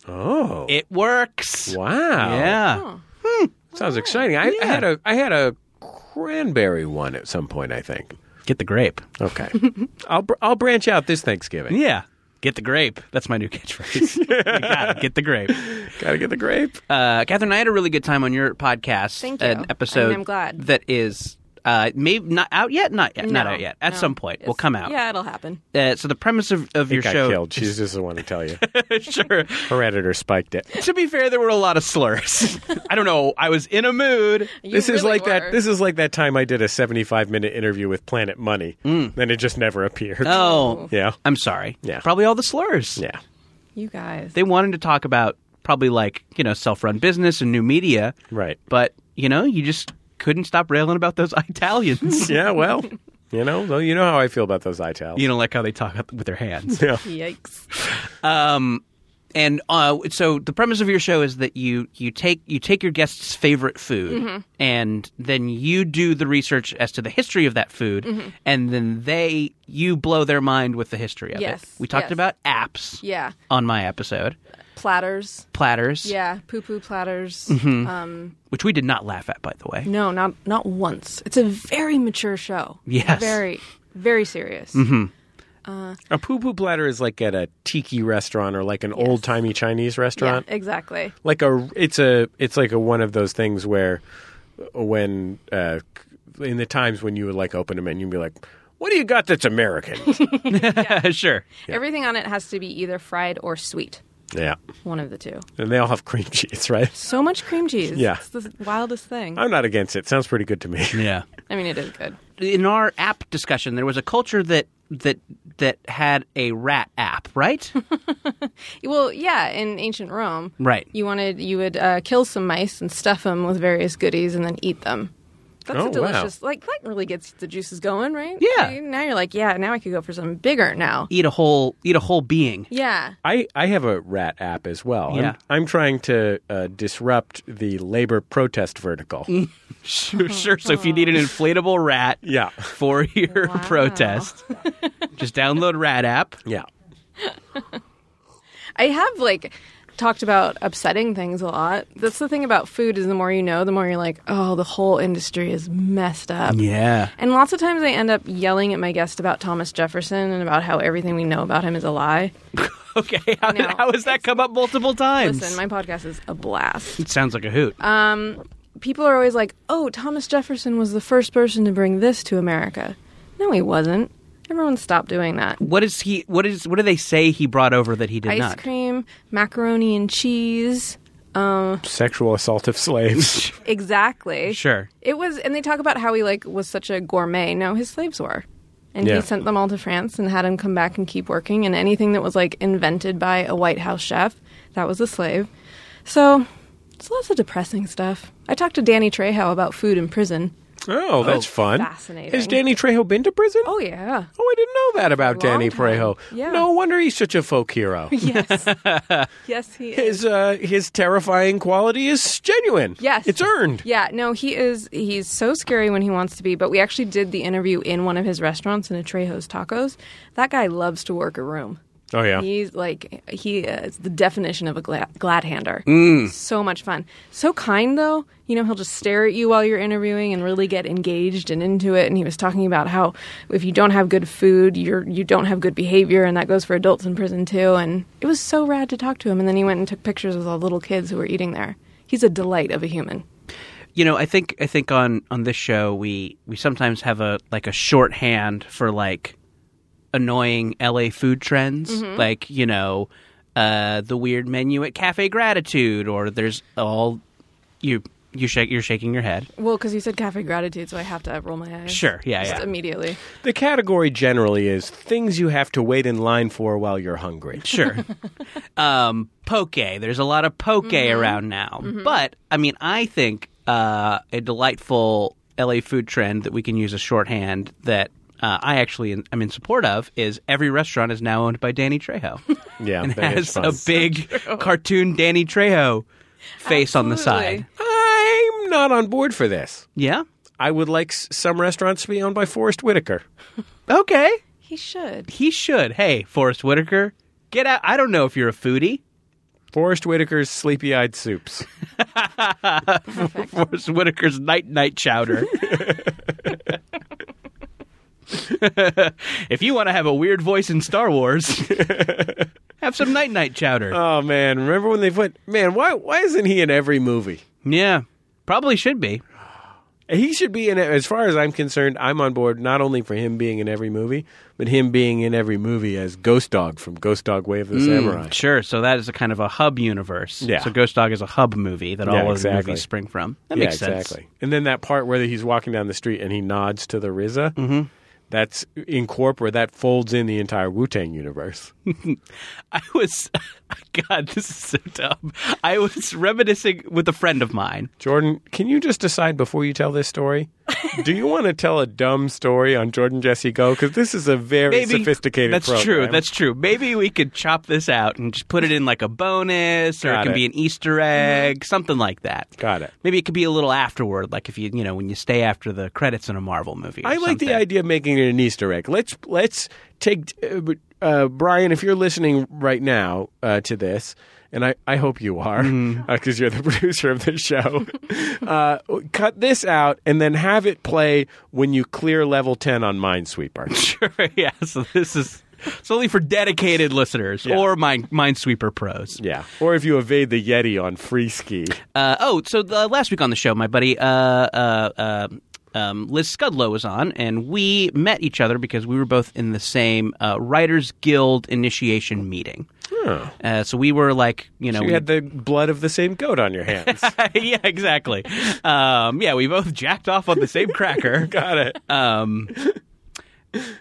S2: Oh,
S3: It works.
S2: wow!
S3: Yeah.
S2: Sounds exciting. I, I had a I had a cranberry one at some point. I think.
S3: Get the grape.
S2: Okay, I'll br- I'll branch out this Thanksgiving.
S3: Yeah. Get the grape. That's my new catchphrase. You got it. Get the grape.
S2: Gotta get the grape.
S3: Uh, Catherine, I had a really good time on your podcast.
S4: Thank you.
S3: An episode.
S4: And I'm glad.
S3: That is uh, maybe not out yet. Not yet. Not
S4: No,
S3: out yet. At
S4: no.
S3: some point, will
S4: It's-
S3: come out.
S4: Yeah, it'll happen.
S3: Uh, so the premise of, of your
S2: got
S3: show.
S2: killed. She's just the one to tell you.
S3: sure.
S2: Her editor spiked it.
S3: to be fair, there were a lot of slurs. I don't know. I was in a mood.
S4: You
S2: this is
S4: really
S2: like
S4: were.
S2: that. This is like that time I did a seventy-five minute interview with Planet Mm. Money. Then it just never appeared.
S3: Oh.
S2: Yeah.
S3: I'm sorry.
S2: Yeah.
S3: Probably all the slurs.
S2: Yeah.
S4: You guys.
S3: They wanted to talk about probably like, you know, self run business and new media.
S2: Right.
S3: But, you know, you just couldn't stop railing about those Italians.
S2: Yeah, well, you know, well, you know how I feel about those itals.
S3: you don't like how they talk up with their hands.
S2: Yeah.
S4: Yikes.
S3: Um, and uh, so the premise of your show is that you you take you take your guest's favorite food,
S4: Mm-hmm.
S3: and then you do the research as to the history of that food,
S4: Mm-hmm.
S3: and then they you blow their mind with the history of it.
S4: Yes,
S3: We talked
S4: yes.
S3: about apps
S4: Yeah.
S3: on my episode,
S4: Platters.
S3: platters,
S4: Yeah. Poo poo platters.
S3: Mm-hmm.
S4: Um,
S3: which we did not laugh at, by the way.
S4: no, not not once. It's a very mature show.
S3: Yes. Mm-hmm.
S4: Very, very serious.
S2: A poo poo platter is like at a tiki restaurant or like an old timey Chinese
S4: Yeah,
S2: restaurant.
S4: exactly.
S2: Like a, it's a, it's like a one of those things where, when, uh, in the times when you would like open a menu and be like, "What do you got that's American?"
S3: sure.
S4: Everything on it has to be either fried or sweet.
S2: yeah,
S4: One of the two.
S2: and they all have cream cheese, right?
S4: So much cream cheese.
S2: Yeah.
S4: It's the wildest thing.
S2: I'm not against it. Sounds pretty good to me.
S3: Yeah.
S4: I mean, it is good.
S3: In our app discussion, there was a culture that that that had a rat app, right?
S4: Well, yeah, in ancient Rome,
S3: Right.
S4: You wanted you would uh, kill some mice and stuff them with various goodies and then eat them. That's
S2: Oh, wow.
S4: a delicious. Like that really gets the juices going, right?
S3: Yeah.
S4: You- Now you're like, yeah, now I could go for something bigger now.
S3: eat a whole eat a whole being.
S4: Yeah.
S2: I, I have a rat app as well.
S3: Yeah.
S2: I'm, I'm trying to uh, disrupt the labor protest vertical.
S3: Sure, sure. So if you need an inflatable rat
S2: Yeah.
S3: for your protest, just download Rat App.
S2: Yeah.
S4: I have like talked about upsetting things a lot. That's the thing about food is the more you know, the more you're like, oh, the whole industry is messed up.
S3: Yeah.
S4: And lots of times I end up yelling at my guest about Thomas Jefferson and about how everything we know about him is a lie.
S3: Okay. How,
S4: No.
S3: how has that come up multiple times?
S4: Listen, my Um, podcast is a blast.
S3: it sounds like a hoot.
S4: people are always like, "Oh, Thomas Jefferson was the first person to bring this to America." No, he wasn't. Everyone stopped doing that.
S3: what is he? What is? What do they say he brought over that he did
S4: Ice
S3: not?
S4: cream, macaroni and cheese.
S2: Sexual assault of slaves.
S4: Exactly.
S3: Sure.
S4: It was and they talk about how he like was such a gourmet. No, his slaves were. And
S2: Yeah.
S4: he sent them all to France and had them come back and keep working and anything that was like invented by a White House chef, that was a slave. So, it's lots of depressing stuff. I talked to Danny Trejo about food in prison.
S2: oh, that's fun.
S4: fascinating.
S2: Has Danny Trejo been to prison?
S4: Oh yeah.
S2: Oh, I didn't know that about
S4: long
S2: Danny
S4: time.
S2: Trejo.
S4: Yeah.
S2: No wonder he's such a folk hero.
S4: Yes. yes, he is.
S2: his uh, his terrifying quality is genuine.
S4: Yes.
S2: It's earned.
S4: Yeah, no, he is. He's so scary when he wants to be. But we actually did the interview in one of his restaurants in Atrejo's Tacos. That guy loves to work a room.
S2: Oh yeah.
S4: He's like he is the definition of a glad, glad hander.
S3: Mm.
S4: So much fun. So kind though. You know, he'll just stare at you while you're interviewing and really get engaged and into it. And he was talking about how if you don't have good food, you're you don't have good behavior, and that goes for adults in prison too. And it was so rad to talk to him. And then he went and took pictures with all the little kids who were eating there. He's a delight of a human.
S3: you know, I think I think on on this show we we sometimes have a like a shorthand for like annoying LA food trends,
S4: Mm-hmm.
S3: like you know, uh, the weird menu at Cafe Gratitude, or there's all you you shake you're shaking your head.
S4: Well, because you said cafe gratitude, so I have to roll my eyes.
S3: Sure, yeah,
S4: Just
S3: yeah.
S4: immediately.
S2: The category generally is things you have to wait in line for while you're hungry.
S3: Sure. um, poke. There's a lot of poke around now. But, I mean, I think uh, a delightful LA food trend that we can use as shorthand that uh, I actually am, am in support of is every restaurant is now owned by Danny Trejo.
S2: Yeah,
S3: and
S2: that is
S3: has
S2: fun.
S3: a big cartoon Danny Trejo face on the
S4: Absolutely.
S3: side.
S2: I'm not on board for this.
S3: Yeah.
S2: I would like s- some restaurants to be owned by Forrest Whitaker.
S3: Okay.
S4: He should.
S3: He should. Hey, Forrest Whitaker, get out. I don't know if you're a foodie.
S2: Forrest Whitaker's sleepy eyed soups.
S3: Forrest Whitaker's night night chowder. if you want to have a weird voice in Star Wars, have some night night chowder.
S2: Oh man, remember when they put man, why why isn't he in every movie?
S3: yeah, probably should be.
S2: He should be in it as far as I'm concerned, I'm on board not only for him being in every movie, but him being in every movie as Ghost Dog from Ghost Dog Way of the Samurai.
S3: Hmm. Sure. So that is a kind of a hub universe.
S2: Yeah.
S3: So Ghost Dog is a hub movie that
S2: Yeah,
S3: all of the
S2: exactly.
S3: movies spring from. That
S2: yeah,
S3: makes sense.
S2: exactly. And then that part where he's walking down the street and he nods to the Riza. Mm-hmm. that's incorporate that folds in the entire Wu Tang universe.
S3: I was, God, this is so dumb. I was reminiscing with a friend of mine.
S2: Jordan, can you just decide before you tell this story? do you want to tell a dumb story on Jordan Jesse Go? Because this is a very sophisticated.
S3: That's
S2: program.
S3: true. That's true. Maybe we could chop this out and just put it in like a bonus, or
S2: Got
S3: it can
S2: it.
S3: be an Easter egg, something like that.
S2: Got it.
S3: Maybe it could be a little afterward, like if you you know when you stay after the credits in a Marvel movie. or
S2: I like the
S3: something.
S2: idea of making it an Easter egg. Let's let's take uh, uh, Brian. If you're listening right now uh, to this, and I, I hope you are, because
S3: Mm-hmm.
S2: you're the producer of the show. uh, cut this out and then have it play when you clear level ten on Minesweeper.
S3: Sure. Yeah. So this is it's only for dedicated listeners
S2: Yeah.
S3: or Mind Minesweeper pros.
S2: yeah, or if you evade the Yeti on free ski.
S3: Uh, oh, so the, last week on the show, my buddy uh, uh, uh, um, Liz Scudlow was on, and we met each other because we were both in the same uh, Writers Guild initiation meeting. Uh, so we were like, you know,
S2: You
S3: we-
S2: had the blood of the same goat on your hands.
S3: yeah, exactly. Um, yeah, we both jacked off on the same cracker.
S2: Got it.
S3: Um,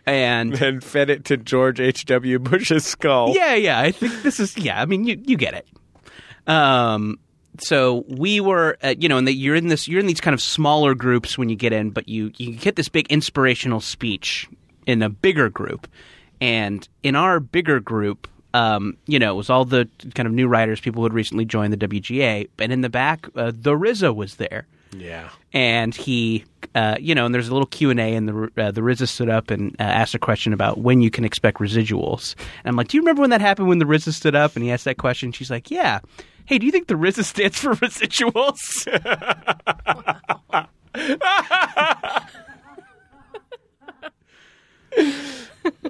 S3: and
S2: and fed it to George H. W. Bush's skull.
S3: Yeah, yeah. I think this is yeah. I mean, you you get it. Um, so we were, uh, you know, and that you're in this, you're in these kind of smaller groups when you get in, but you you get this big inspirational speech in a bigger group, and in our bigger group. Um, you know, it was all the kind of new writers, people who had recently joined the WGA, and in the back, uh, the Rizzo was there
S2: Yeah.
S3: and he uh, you know and there's a little q&a and the, uh, the rizza stood up and uh, asked a question about when you can expect residuals and i'm like do you remember when that happened when the rizza stood up and he asked that question she's like yeah hey do you think the rizza stands for residuals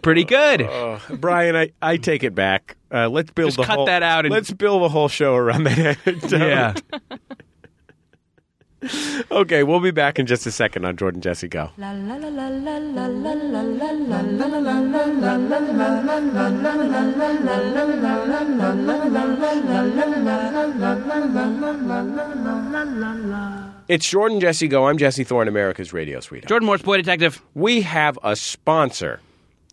S3: pretty good
S2: Brian, I, I take it back. Uh, let's build
S3: Just
S2: the
S3: cut
S2: whole,
S3: that out and-
S2: let's build a whole show around that. anecdote.
S3: yeah
S2: Okay, we'll be back in just a second on Jordan Jesse Go.
S1: La la la la la la la la la la.
S2: It's Jordan Jesse Go. I'm Jesse Thorne, America's radio sweetheart.
S3: jordan moore's boy detective
S2: we have a sponsor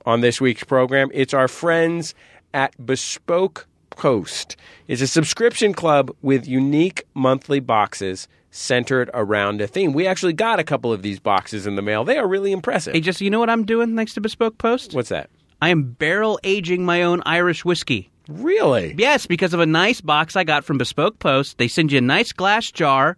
S2: on this week's program. It's our friends at Bespoke Post. It's a subscription club with unique monthly boxes centered around a theme. We actually got a couple of these boxes in the mail. They are really impressive.
S3: hey just you know what i'm doing thanks to bespoke post
S2: What's that?
S3: i am barrel aging my own irish whiskey
S2: Really?
S3: Yes, because of a nice box I got from Bespoke Post. They send you a nice glass jar,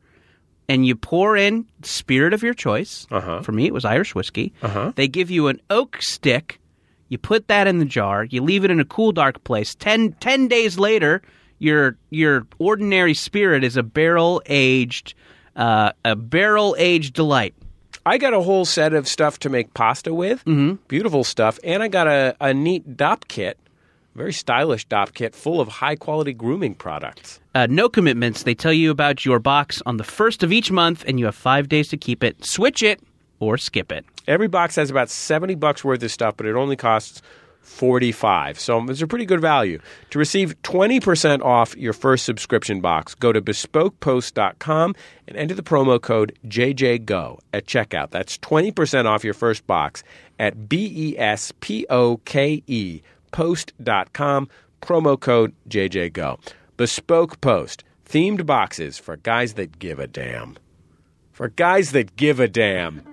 S3: and you pour in spirit of your choice. Uh-huh. For me, it was Irish whiskey. Uh-huh. They give you an oak stick. You put that in the jar. You leave it in a cool, dark place. Ten, ten days later, your your ordinary spirit is a barrel aged, uh, a barrel aged delight.
S2: I got a whole set of stuff to make pasta with. Mm-hmm. Beautiful stuff. And I got a, a neat DOP kit, very stylish DOP kit full of high quality grooming products.
S3: Uh, no commitments. They tell you about your box on the first of each month, and you have five days to keep it. Switch it or skip it.
S2: Every box has about 70 bucks worth of stuff, but it only costs 45. So it's a pretty good value. To receive 20% off your first subscription box, go to bespokepost.com and enter the promo code JJGO at checkout. That's 20% off your first box at B E S P O K E post.com, promo code JJGO. Bespoke Post, themed boxes for guys that give a damn. For guys that give a damn.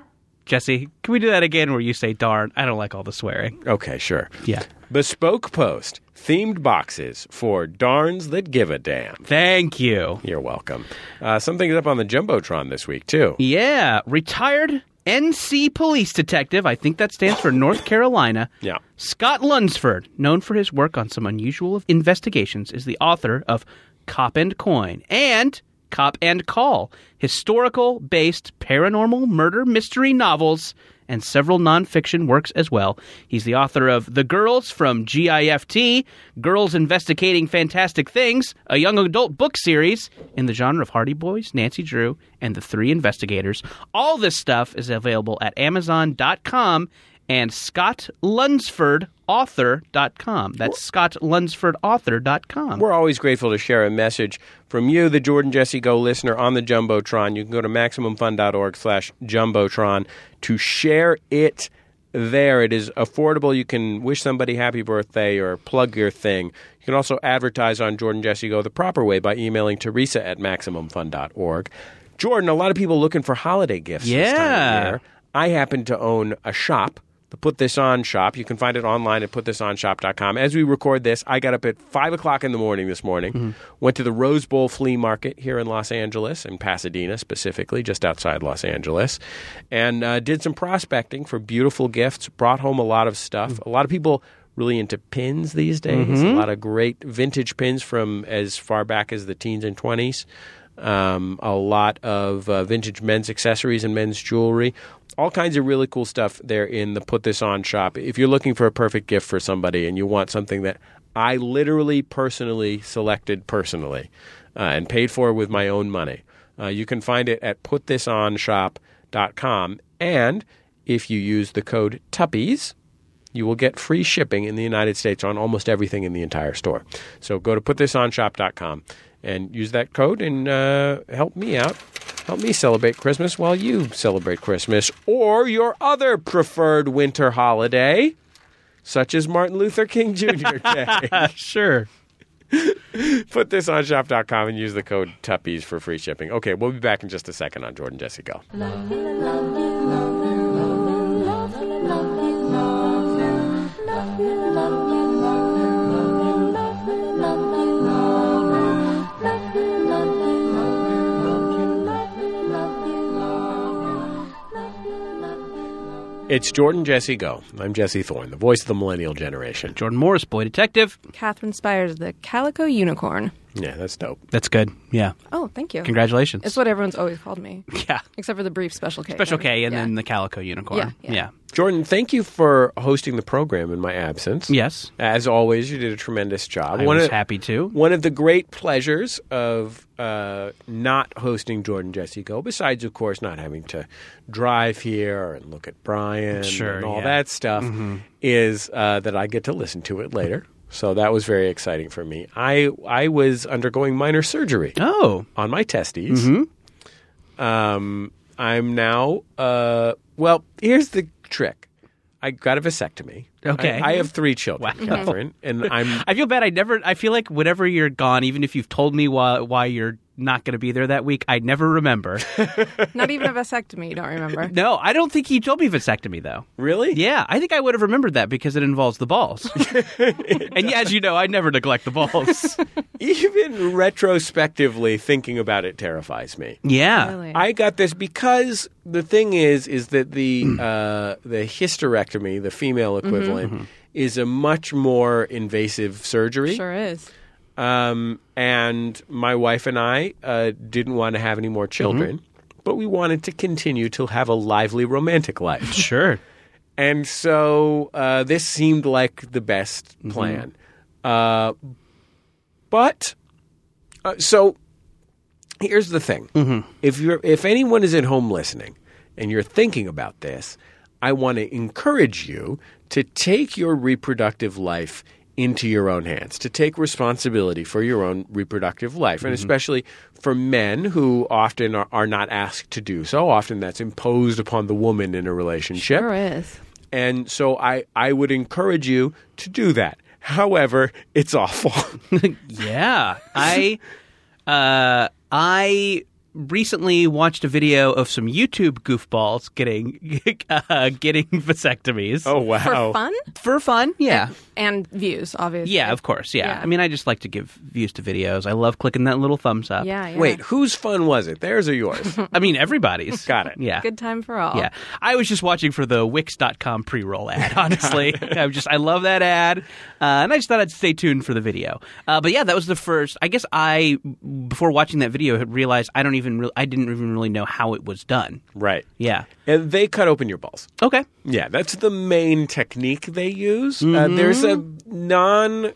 S3: Jesse, can we do that again where you say darn? I don't like all the swearing.
S2: Okay, sure.
S3: Yeah.
S2: Bespoke Post themed boxes for darns that give a damn.
S3: Thank you.
S2: You're welcome. Uh, something's up on the Jumbotron this week, too.
S3: Yeah, retired NC police detective, I think that stands for North Carolina.
S2: Yeah.
S3: Scott Lunsford, known for his work on some unusual investigations, is the author of Cop and Coin and Cop and Call, historical based paranormal murder mystery novels, and several nonfiction works as well. He's the author of The Girls from GIFT, Girls Investigating Fantastic Things, a young adult book series in the genre of Hardy Boys, Nancy Drew, and The Three Investigators. All this stuff is available at Amazon.com and Scott Lunsford author.com. That's Scott Lunsford author.com.
S2: Um, We're always grateful to share a message from you, the Jordan Jesse Go listener, on the Jumbotron. You can go to MaximumFun.org slash Jumbotron to share it there it is affordable. You can wish somebody happy birthday or plug your thing. You can also advertise on Jordan Jesse Go the proper way by emailing Teresa at MaximumFun.org. Jordan, a lot of people looking for holiday gifts this time
S3: Yeah.
S2: of year. I happen to own a shop, the Put This On shop. You can find it online at putthisonshop.com. As we record this, I got up at 5 o'clock in the morning this morning, went to the Rose Bowl flea market here in Los Angeles, in Pasadena specifically, just outside Los Angeles, and uh, did some prospecting for beautiful gifts, brought home a lot of stuff. A lot of people really into pins these days, a lot of great vintage pins from as far back as the teens and 20s um, a lot of uh, vintage men's accessories and men's jewelry. All kinds of really cool stuff there in the Put This On shop. If you're looking for a perfect gift for somebody and you want something that I literally personally selected personally uh, and paid for with my own money, uh, you can find it at putthisonshop.com. And if you use the code TUPPIES, you will get free shipping in the United States on almost everything in the entire store. So go to putthisonshop.com and use that code and uh, help me out. Help me celebrate Christmas while you celebrate Christmas or your other preferred winter holiday, such as Martin Luther King Jr. Day.
S3: sure.
S2: Put this on shop.com and use the code TUPPIES for free shipping. Okay, we'll be back in just a second on Jordan Jesse Go. It's Jordan Jesse Go. I'm Jesse Thorne, the voice of the millennial generation.
S3: Jordan Morris, Boy Detective.
S4: Catherine Spires, the Calico Unicorn.
S2: Yeah, that's dope.
S3: That's good. Yeah.
S4: Oh, thank you.
S3: Congratulations.
S4: It's what everyone's always called me,
S3: yeah.
S4: except for the brief Special K.
S3: Special
S4: one.
S3: K and
S4: Yeah.
S3: then the Calico Unicorn.
S4: Yeah, yeah.
S2: Jordan, thank you for hosting the program in my absence.
S3: Yes.
S2: As always, you did a tremendous job.
S3: I
S2: One
S3: was
S2: of-
S3: happy to.
S2: One of the great pleasures of uh, not hosting Jordan Jesse Go, besides, of course, not having to drive here and look at Brian
S3: Sure,
S2: and all
S3: yeah. Mm-hmm.
S2: that stuff, is uh, that I get to listen to it later. So that was very exciting for me. I I was undergoing minor surgery
S3: Oh.
S2: on my testes. Um, I'm now. Uh, well, here's the trick. I got a vasectomy.
S3: Okay.
S2: I, I have three children, Catherine, and I'm.
S3: I feel bad. I never. I feel like whenever you're gone, even if you've told me why why you're not going to be there that week, I never remember.
S4: Not even a vasectomy, you don't remember.
S3: no, I don't think he told me vasectomy though.
S2: Really?
S3: Yeah, I think I would have remembered that because it involves the balls. and as you know, I never neglect the balls.
S2: Even retrospectively thinking about it terrifies me.
S3: yeah.
S4: Really?
S2: I got this because the thing is, is that the uh, the hysterectomy, the female
S3: Mm-hmm.
S2: equivalent, is a much more invasive surgery.
S4: Sure is.
S2: Um, and my wife and I uh, didn't want to have any more children, but we wanted to continue to have a lively romantic life.
S3: Sure.
S2: and so uh, this seemed like the best plan. Uh, but uh, so here's the thing: if you're if anyone is at home listening and you're thinking about this, I want to encourage you to take your reproductive life into your own hands, to take responsibility for your own reproductive life, and especially for men who often are, are not asked to do so. Often that's imposed upon the woman in a relationship.
S4: Sure is.
S2: And so I, I would encourage you to do that. However, it's awful.
S3: Yeah. I uh I recently watched a video of some YouTube goofballs getting uh, getting vasectomies.
S2: Oh, wow.
S4: For fun
S3: For fun? Oh. Yeah.
S4: and views, obviously.
S3: Yeah, of course. Yeah.
S4: Yeah.
S3: I mean, I just like to give views to videos. I love clicking that little thumbs up.
S4: Yeah, yeah.
S2: Wait, whose fun was it? Theirs or yours?
S3: I mean, everybody's.
S2: Got it.
S3: Yeah.
S4: Good time for all.
S3: Yeah. Um, I was just watching for the Wix.com pre roll ad, honestly. I'm just, I love that ad. Uh, and I just thought I'd stay tuned for the video. Uh, but yeah, that was the first. I guess I, before watching that video, had realized I don't even, re- I didn't even really know how it was done.
S2: right.
S3: Yeah.
S2: And they cut open your balls.
S3: Okay.
S2: Yeah, that's the main technique they use. Uh, there's a non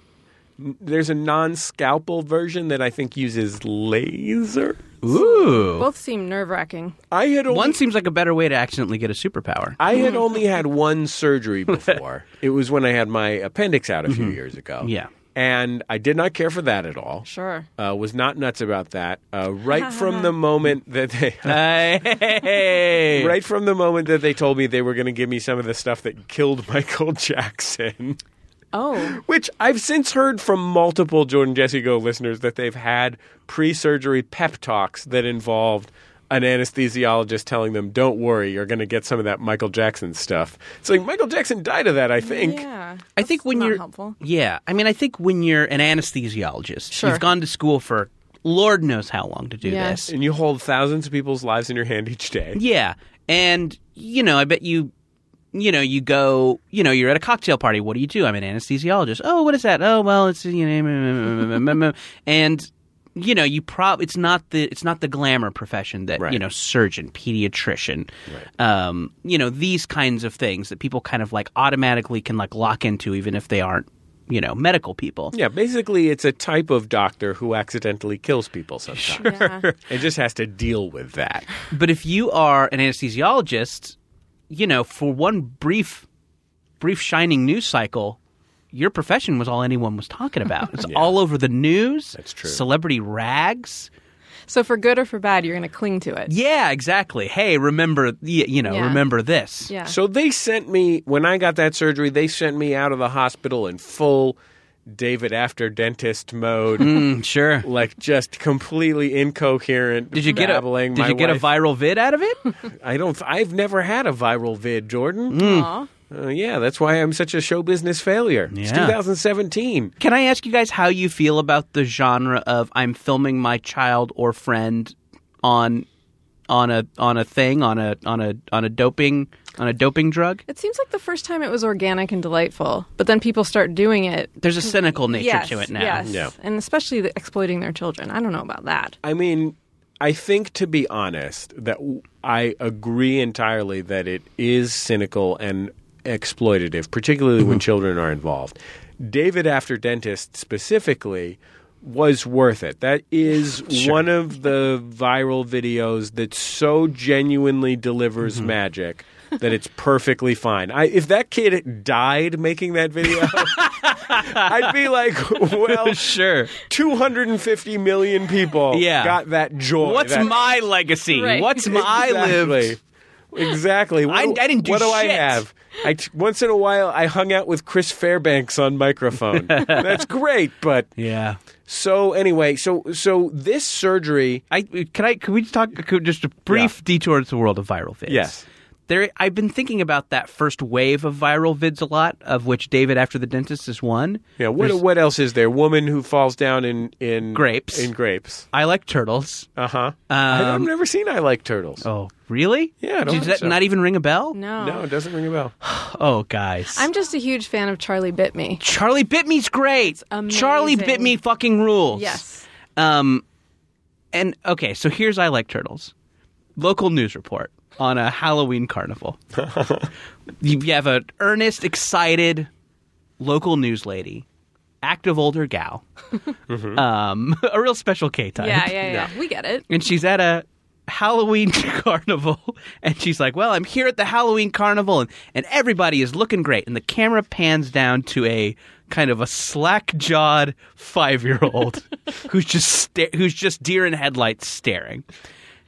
S2: there's a non-scalpel version that I think uses laser.
S3: Ooh.
S4: Both seem nerve wracking.
S2: I had only
S3: One seems like a better way to accidentally get a superpower.
S2: I had Mm-hmm. only had one surgery before. it was when I had my appendix out a few years ago.
S3: Yeah.
S2: And I did not care for that at all.
S4: Sure.
S2: Uh, was not nuts about that. Uh, right from the moment that they,
S3: Hey.
S2: right from the moment that they told me they were going to give me some of the stuff that killed Michael Jackson.
S4: Oh,
S2: Which I've since heard from multiple Jordan Jesse Go listeners that they've had pre surgery pep talks that involved an anesthesiologist telling them, don't worry, you're going to get some of that Michael Jackson stuff. It's like, Michael Jackson died of that, I think.
S4: yeah.
S3: I think
S4: That's
S3: when
S4: not
S3: you're
S4: helpful.
S3: yeah, I mean, I think when you're an anesthesiologist,
S4: Sure.
S3: you've gone to school for Lord knows how long to do
S4: Yeah.
S3: this.
S2: And you hold thousands of people's lives in your hand each day.
S3: Yeah, and you know, I bet you, you know, you go, you know, you're at a cocktail party. What do you do? I'm an anesthesiologist. Oh, what is that? Oh, well, it's you know, mm, mm, mm, mm, mm, mm. and you know, you prob it's not the it's not the glamour profession that
S2: Right.
S3: you know, surgeon, pediatrician, um, you know, these kinds of things that people kind of like automatically can like lock into, even if they aren't you know medical people.
S2: Yeah, basically, it's a type of doctor who accidentally kills people sometimes.
S4: Yeah.
S2: And just has to deal with that.
S3: But if you are an anesthesiologist, you know, for one brief, brief shining news cycle, your profession was all anyone was talking about. It's all over the news.
S2: That's true.
S3: Celebrity rags.
S4: So for good or for bad, you're going to cling to it.
S3: Yeah, exactly. Hey, remember, y- you know,
S4: Yeah.
S3: remember this.
S4: Yeah.
S2: So they sent me when I got that surgery. They sent me out of the hospital in full David after dentist mode,
S3: Mm, sure.
S2: like just completely incoherent.
S3: Did you get a
S2: babbling.
S3: Did
S2: My
S3: you get a
S2: wife-
S3: viral vid out of it?
S2: I don't. I've never had a viral vid, Jordan.
S3: Mm.
S4: Aw.
S2: Uh, yeah, that's why I'm such a show business failure. It's
S3: Yeah.
S2: 2017.
S3: Can I ask you guys how you feel about the genre of I'm filming my child or friend on on a on a thing on a on a on a doping on a doping drug?
S4: It seems like the first time it was organic and delightful, but then people start doing it.
S3: There's a cynical nature
S4: yes,
S3: to it now.
S4: Yes.
S2: Yeah.
S4: And especially the exploiting their children. I don't know about that.
S2: I mean, I think to be honest, that w- I agree entirely that it is cynical and exploitative, particularly when children are involved. David After Dentist specifically was worth it. That is one of the viral videos that so genuinely delivers magic that it's perfectly fine. I, if that kid died making that video, I'd be like, well,
S3: Sure.
S2: 250 million people
S3: Yeah.
S2: got that joy.
S3: What's
S2: that-
S3: my legacy?
S4: Right.
S3: What's my
S2: exactly.
S3: lived?
S2: Exactly. What
S3: I-
S2: do-
S3: I didn't do
S2: What do I
S3: shit.
S2: have? I t- once in a while I hung out with Chris Fairbanks on microphone. That's great, but
S3: Yeah.
S2: so anyway, so so this surgery
S3: I can I can we just talk could- just a brief detour to the world of viral vids.
S2: Yes.
S3: There I've been thinking about that first wave of viral vids a lot, of which David after the dentist is one.
S2: yeah, what
S3: There's-
S2: what else is there? Woman who falls down in in
S3: Grapes.
S2: In grapes.
S3: I like turtles.
S2: Uh-huh. I- I've never seen I like turtles.
S3: Oh, really?
S2: Yeah, I don't
S3: Does
S2: think
S3: that
S2: so.
S3: not even ring a bell?
S4: No.
S2: No, it doesn't ring a bell.
S3: Oh, guys.
S4: I'm just a huge fan of Charlie Bit Me.
S3: Charlie Bit Me's great.
S4: amazing.
S3: Charlie Bit Me fucking rules.
S4: Yes.
S3: Um, and okay, so here's I like turtles. Local news report on a Halloween carnival. you you have an earnest, excited local news lady, active older gal,
S2: Mm-hmm.
S3: um, a real special K type.
S4: Yeah, yeah, yeah, We get it.
S3: and she's at a Halloween carnival and she's like, "Well, I'm here at the Halloween carnival and and everybody is looking great." And the camera pans down to a kind of a slack-jawed 5-year-old who's just sta- who's just deer in headlights staring.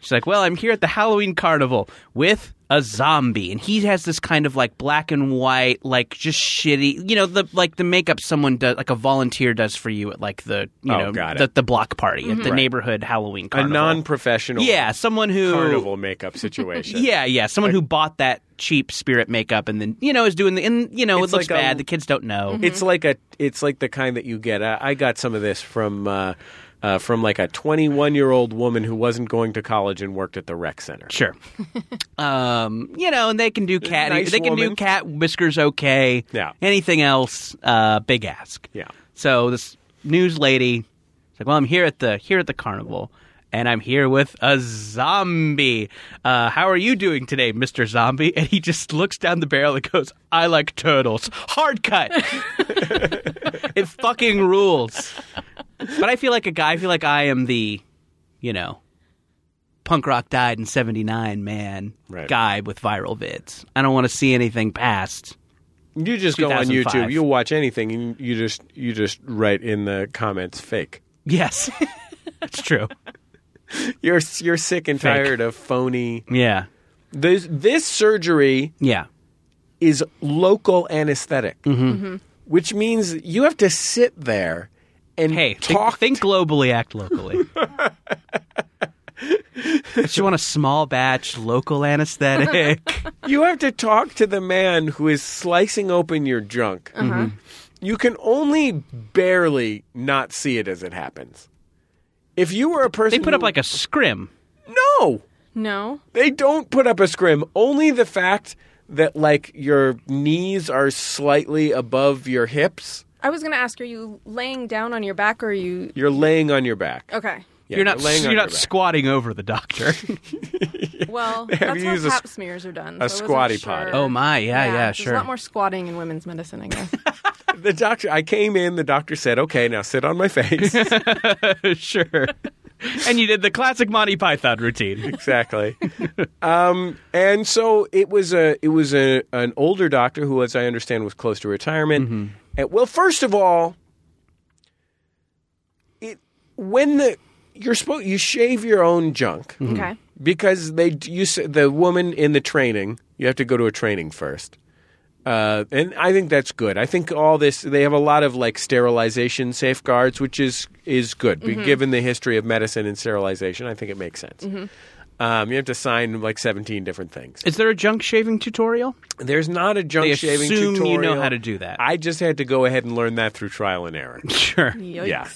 S3: She's like, "Well, I'm here at the Halloween carnival with a zombie, and he has this kind of like black and white, like just shitty, you know, the like the makeup someone does, like a volunteer does for you at like the you
S2: Oh,
S3: know
S2: got it.
S3: the, the block party at
S2: Mm-hmm.
S3: the neighborhood Halloween
S2: A
S3: carnival.
S2: non-professional
S3: yeah, someone who
S2: carnival makeup situation.
S3: yeah, yeah, someone who bought that cheap spirit makeup and then you know is doing the and you know
S2: It's
S3: it
S2: like
S3: looks
S2: um, Mm-hmm. a-
S3: bad. the kids don't know.
S2: It's like a it's like the kind that you get. I, I got some of this from uh, uh, from like a 21 year old woman who wasn't going to college and worked at the rec center.
S3: Sure. um, you know, and they can do cat.
S2: Nice
S3: they can
S2: woman.
S3: do cat whiskers. Okay.
S2: Yeah.
S3: Anything else? Uh, big ask.
S2: Yeah.
S3: So this news lady, is like, well, I'm here at the here at the carnival, and I'm here with a zombie. Uh, how are you doing today, Mister Zombie? And he just looks down the barrel and goes, "I like turtles." Hard cut. it fucking rules. But I feel like a guy. I feel like I am the, you know, punk rock died in '79 man
S2: Right.
S3: guy with viral vids. I don't want to see anything past
S2: You just go on
S3: 2005.
S2: YouTube. You'll watch anything, and you just you just write in the comments "fake."
S3: Yes, it's true.
S2: You're you're sick and
S3: Fake.
S2: tired of phony.
S3: Yeah,
S2: This this surgery
S3: yeah,
S2: is local anesthetic,
S3: Mm-hmm.
S2: which means you have to sit there and
S3: Hey, think-
S2: talk.
S3: Think, globally, act locally. but you want a small batch, local anesthetic.
S2: you have to talk to the man who is slicing open your junk.
S3: Uh-huh. Mm-hmm.
S2: You can only barely not see it as it happens. If you were a person,
S3: they put up
S2: who-
S3: like a scrim.
S2: no.
S4: No.
S2: They don't put up a scrim. Only the fact that like your knees are slightly above your hips.
S4: I was going to ask, are you laying down on your back or are you.
S2: You're laying on your back.
S4: Okay.
S2: Yeah,
S3: Oh, you're not.
S2: laying
S3: You're
S2: on
S3: not
S2: your back.
S3: squatting over the doctor.
S4: Well,
S2: Have
S4: that's
S2: you
S4: how
S2: used a
S4: pap
S2: s-
S4: smears are done.
S2: a
S4: so I wasn't
S2: squatty
S4: sure.
S2: potty?
S3: oh my! Yeah, yeah, sure.
S4: There's a lot more squatting in women's medicine, I guess.
S2: the doctor. I came in. The doctor said, "Okay, now sit on my face."
S3: sure. and you did the classic Monty Python routine.
S2: exactly. um, and so it was a it was a an older doctor who, as I understand, was close to retirement. And, well, first of all, it when the you're supposed you shave your own junk.
S4: okay.
S2: because they d- you s- the woman in the training you have to go to a training first uh, and I think that's good. I think all this they have a lot of like sterilization safeguards, which is is good. Be- Given the history of medicine and sterilization, I think it makes sense. Um, you have to sign like seventeen different things.
S3: Is there a junk shaving tutorial?
S2: There's not a junk
S3: They
S2: shaving
S3: assume you know
S2: tutorial.
S3: how to do that.
S2: I just had to go ahead and learn that through trial and error.
S3: Sure.
S4: Yikes.
S2: Yeah.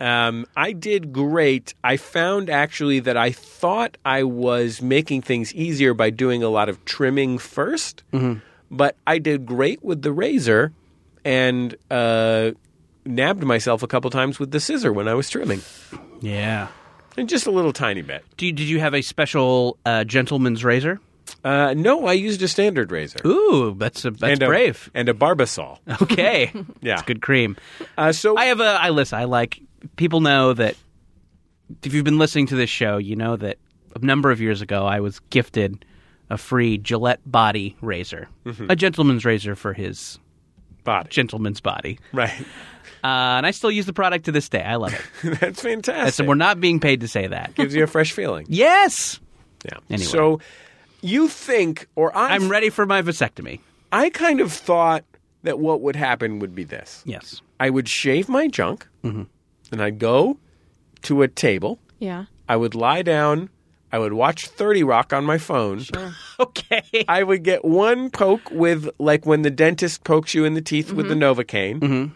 S2: Um, I did great. I found actually that I thought I was making things easier by doing a lot of trimming 1st
S3: Mm-hmm.
S2: but I did great with the razor and uh, nabbed myself a couple times with the scissor when I was trimming,
S3: Yeah.
S2: and just a little tiny bit.
S3: Do you, did you have a special uh, gentleman's razor?
S2: Uh, no, I used a standard razor.
S3: Ooh, that's a, that's
S2: and a,
S3: brave.
S2: and a barbasol.
S3: Okay.
S2: Yeah.
S3: It's good cream.
S2: Uh, so
S3: I have a I listen, I like people know that if you've been listening to this show, you know that a number of years ago I was gifted a free Gillette body razor. A gentleman's razor for his
S2: body.
S3: gentleman's body.
S2: right,
S3: Uh, and I still use the product to this day. I love it.
S2: that's fantastic.
S3: So we're not being paid to say that.
S2: Gives you a fresh feeling.
S3: Yes.
S2: Yeah.
S3: Anyway.
S2: So you think, or I
S3: I'm ready for my vasectomy.
S2: I kind of thought that what would happen would be this
S3: Yes.
S2: I would shave my junk
S3: Mm-hmm.
S2: and I'd go to a table.
S4: Yeah.
S2: I would lie down. I would watch 30 Rock on my phone.
S3: Okay.
S2: I would get one poke with, like, when the dentist pokes you in the teeth with the
S3: Mm-hmm.
S2: Novocaine.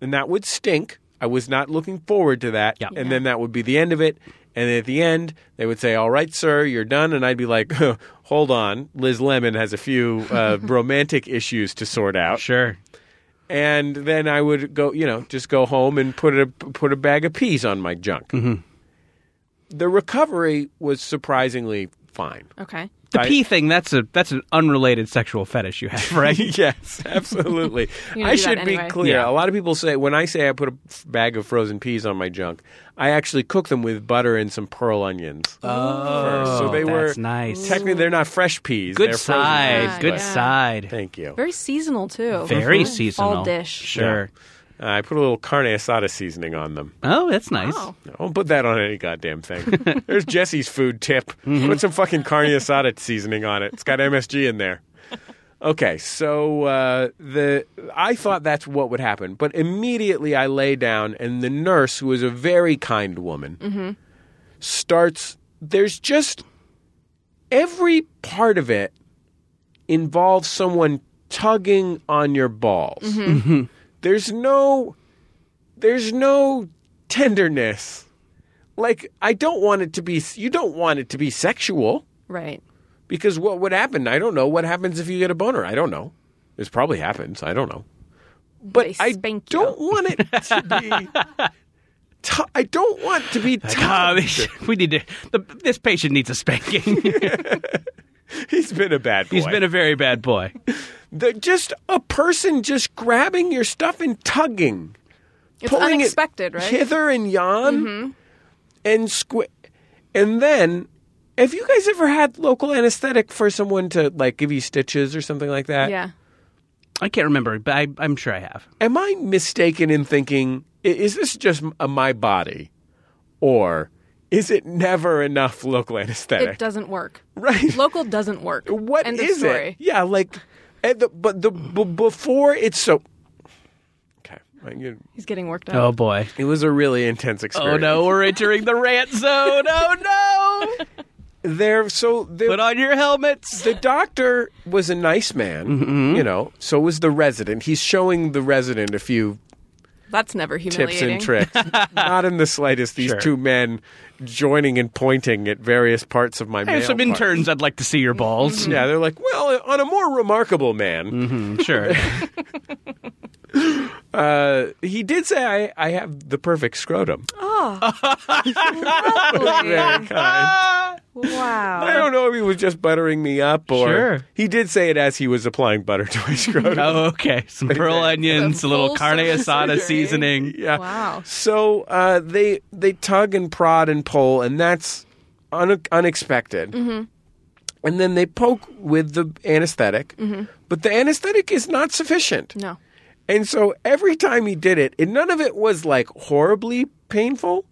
S2: And that would stink. I was not looking forward to that.
S3: Yeah.
S2: And then that would be the end of it. And at the end, they would say, All right, sir, you're done. And I'd be like, Hold on. Liz Lemon has a few uh, romantic issues to sort out
S3: Sure.
S2: and then I would go, you know, just go home and put a put a bag of peas on my junk.
S3: Mm-hmm.
S2: The recovery was surprisingly fine.
S4: Okay.
S3: The
S2: I-
S3: pee thing, that's a that's an unrelated sexual fetish you have, right?
S2: yes, absolutely.
S4: You're gonna
S2: I
S4: do that
S2: should be
S4: anyway.
S2: clear.
S3: Yeah.
S2: A lot of people say when I say I put a f- bag of frozen peas on my junk, I actually cook them with butter and some pearl onions.
S3: Oh,
S2: first. so they
S3: that's
S2: were
S3: nice.
S2: Technically, they're not fresh peas.
S3: Good
S2: they're frozen
S3: side.
S2: peas,
S3: good
S2: but-
S4: Yeah.
S3: side.
S2: Thank you.
S4: Very seasonal, too.
S3: Very
S4: Mhm.
S3: seasonal.
S4: Fall dish.
S3: Sure.
S2: Uh, I put a little carne asada seasoning on them.
S3: Oh, that's nice.
S4: Wow.
S2: No, don't put that on any goddamn thing. There's Jesse's food tip. Put some fucking carne asada seasoning on it. It's got MSG in there. Okay, so uh, the I thought that's what would happen, but immediately I lay down, and the nurse, who is a very kind woman, starts. There's just every part of it involves someone tugging on your balls. There's no there's no tenderness. Like I don't want it to be you don't want it to be sexual
S4: Right.
S2: because what would happen? I don't know what happens if you get a boner. I don't know. This probably happens. I don't know. But
S4: They
S2: I
S4: spank you.
S2: don't want it to be tu- I don't want to be
S3: Like,
S2: tugged.
S3: um, we need to. The, this patient needs a spanking.
S2: He's been a bad boy.
S3: He's been a very bad boy.
S2: The- just a person just grabbing your stuff and tugging.
S4: It's
S2: pulling
S4: unexpected,
S2: it
S4: right? Mm-hmm.
S2: Hither and yon, and squi- and then have you guys ever had local anesthetic for someone to like give you stitches or something like that?
S4: Yeah.
S3: I can't remember, but I, I'm sure I have.
S2: Am I mistaken in thinking i- is this just m- a my body, or is it never enough local anesthetic?
S4: It doesn't work.
S2: Right.
S4: Local doesn't work.
S2: What
S4: End
S2: is
S4: of story.
S2: it? Yeah, like, and the, but the b- before it's so. Okay, I- you-
S4: He's getting worked up.
S3: Oh boy.
S2: it was a really intense
S3: Oh
S2: experience.
S3: no, we're entering the rant zone. Oh no.
S2: they're so they're,
S3: Put on your helmets.
S2: the doctor was a nice man,
S3: Mm-hmm.
S2: you know. So was the resident. He's showing the resident a few
S4: That's never humiliating.
S2: tips and tricks. Not in the slightest. These
S3: Sure.
S2: two men joining and pointing at various parts of my.
S3: I have
S2: male
S3: some
S2: part.
S3: interns I'd like to see your balls.
S2: Yeah, they're like, well, on a more remarkable man,
S3: Mm, sure.
S2: uh, he did say I, I have the perfect scrotum.
S3: Ah.
S2: Very kind. I
S4: Wow.
S2: don't know if he was just buttering me up or
S3: Sure.
S2: he did say it as he was applying butter to my scrotum.
S3: Oh, okay. Some pearl onions, a
S4: The
S3: little
S4: full
S3: carne
S4: surgery.
S3: asada seasoning.
S2: Yeah.
S4: Wow.
S2: So uh, they they tug and prod and pull, and that's un- unexpected. And then they poke with the anesthetic, but the anesthetic is not sufficient.
S4: No.
S2: And so every time he did it, and none of it was like horribly painful,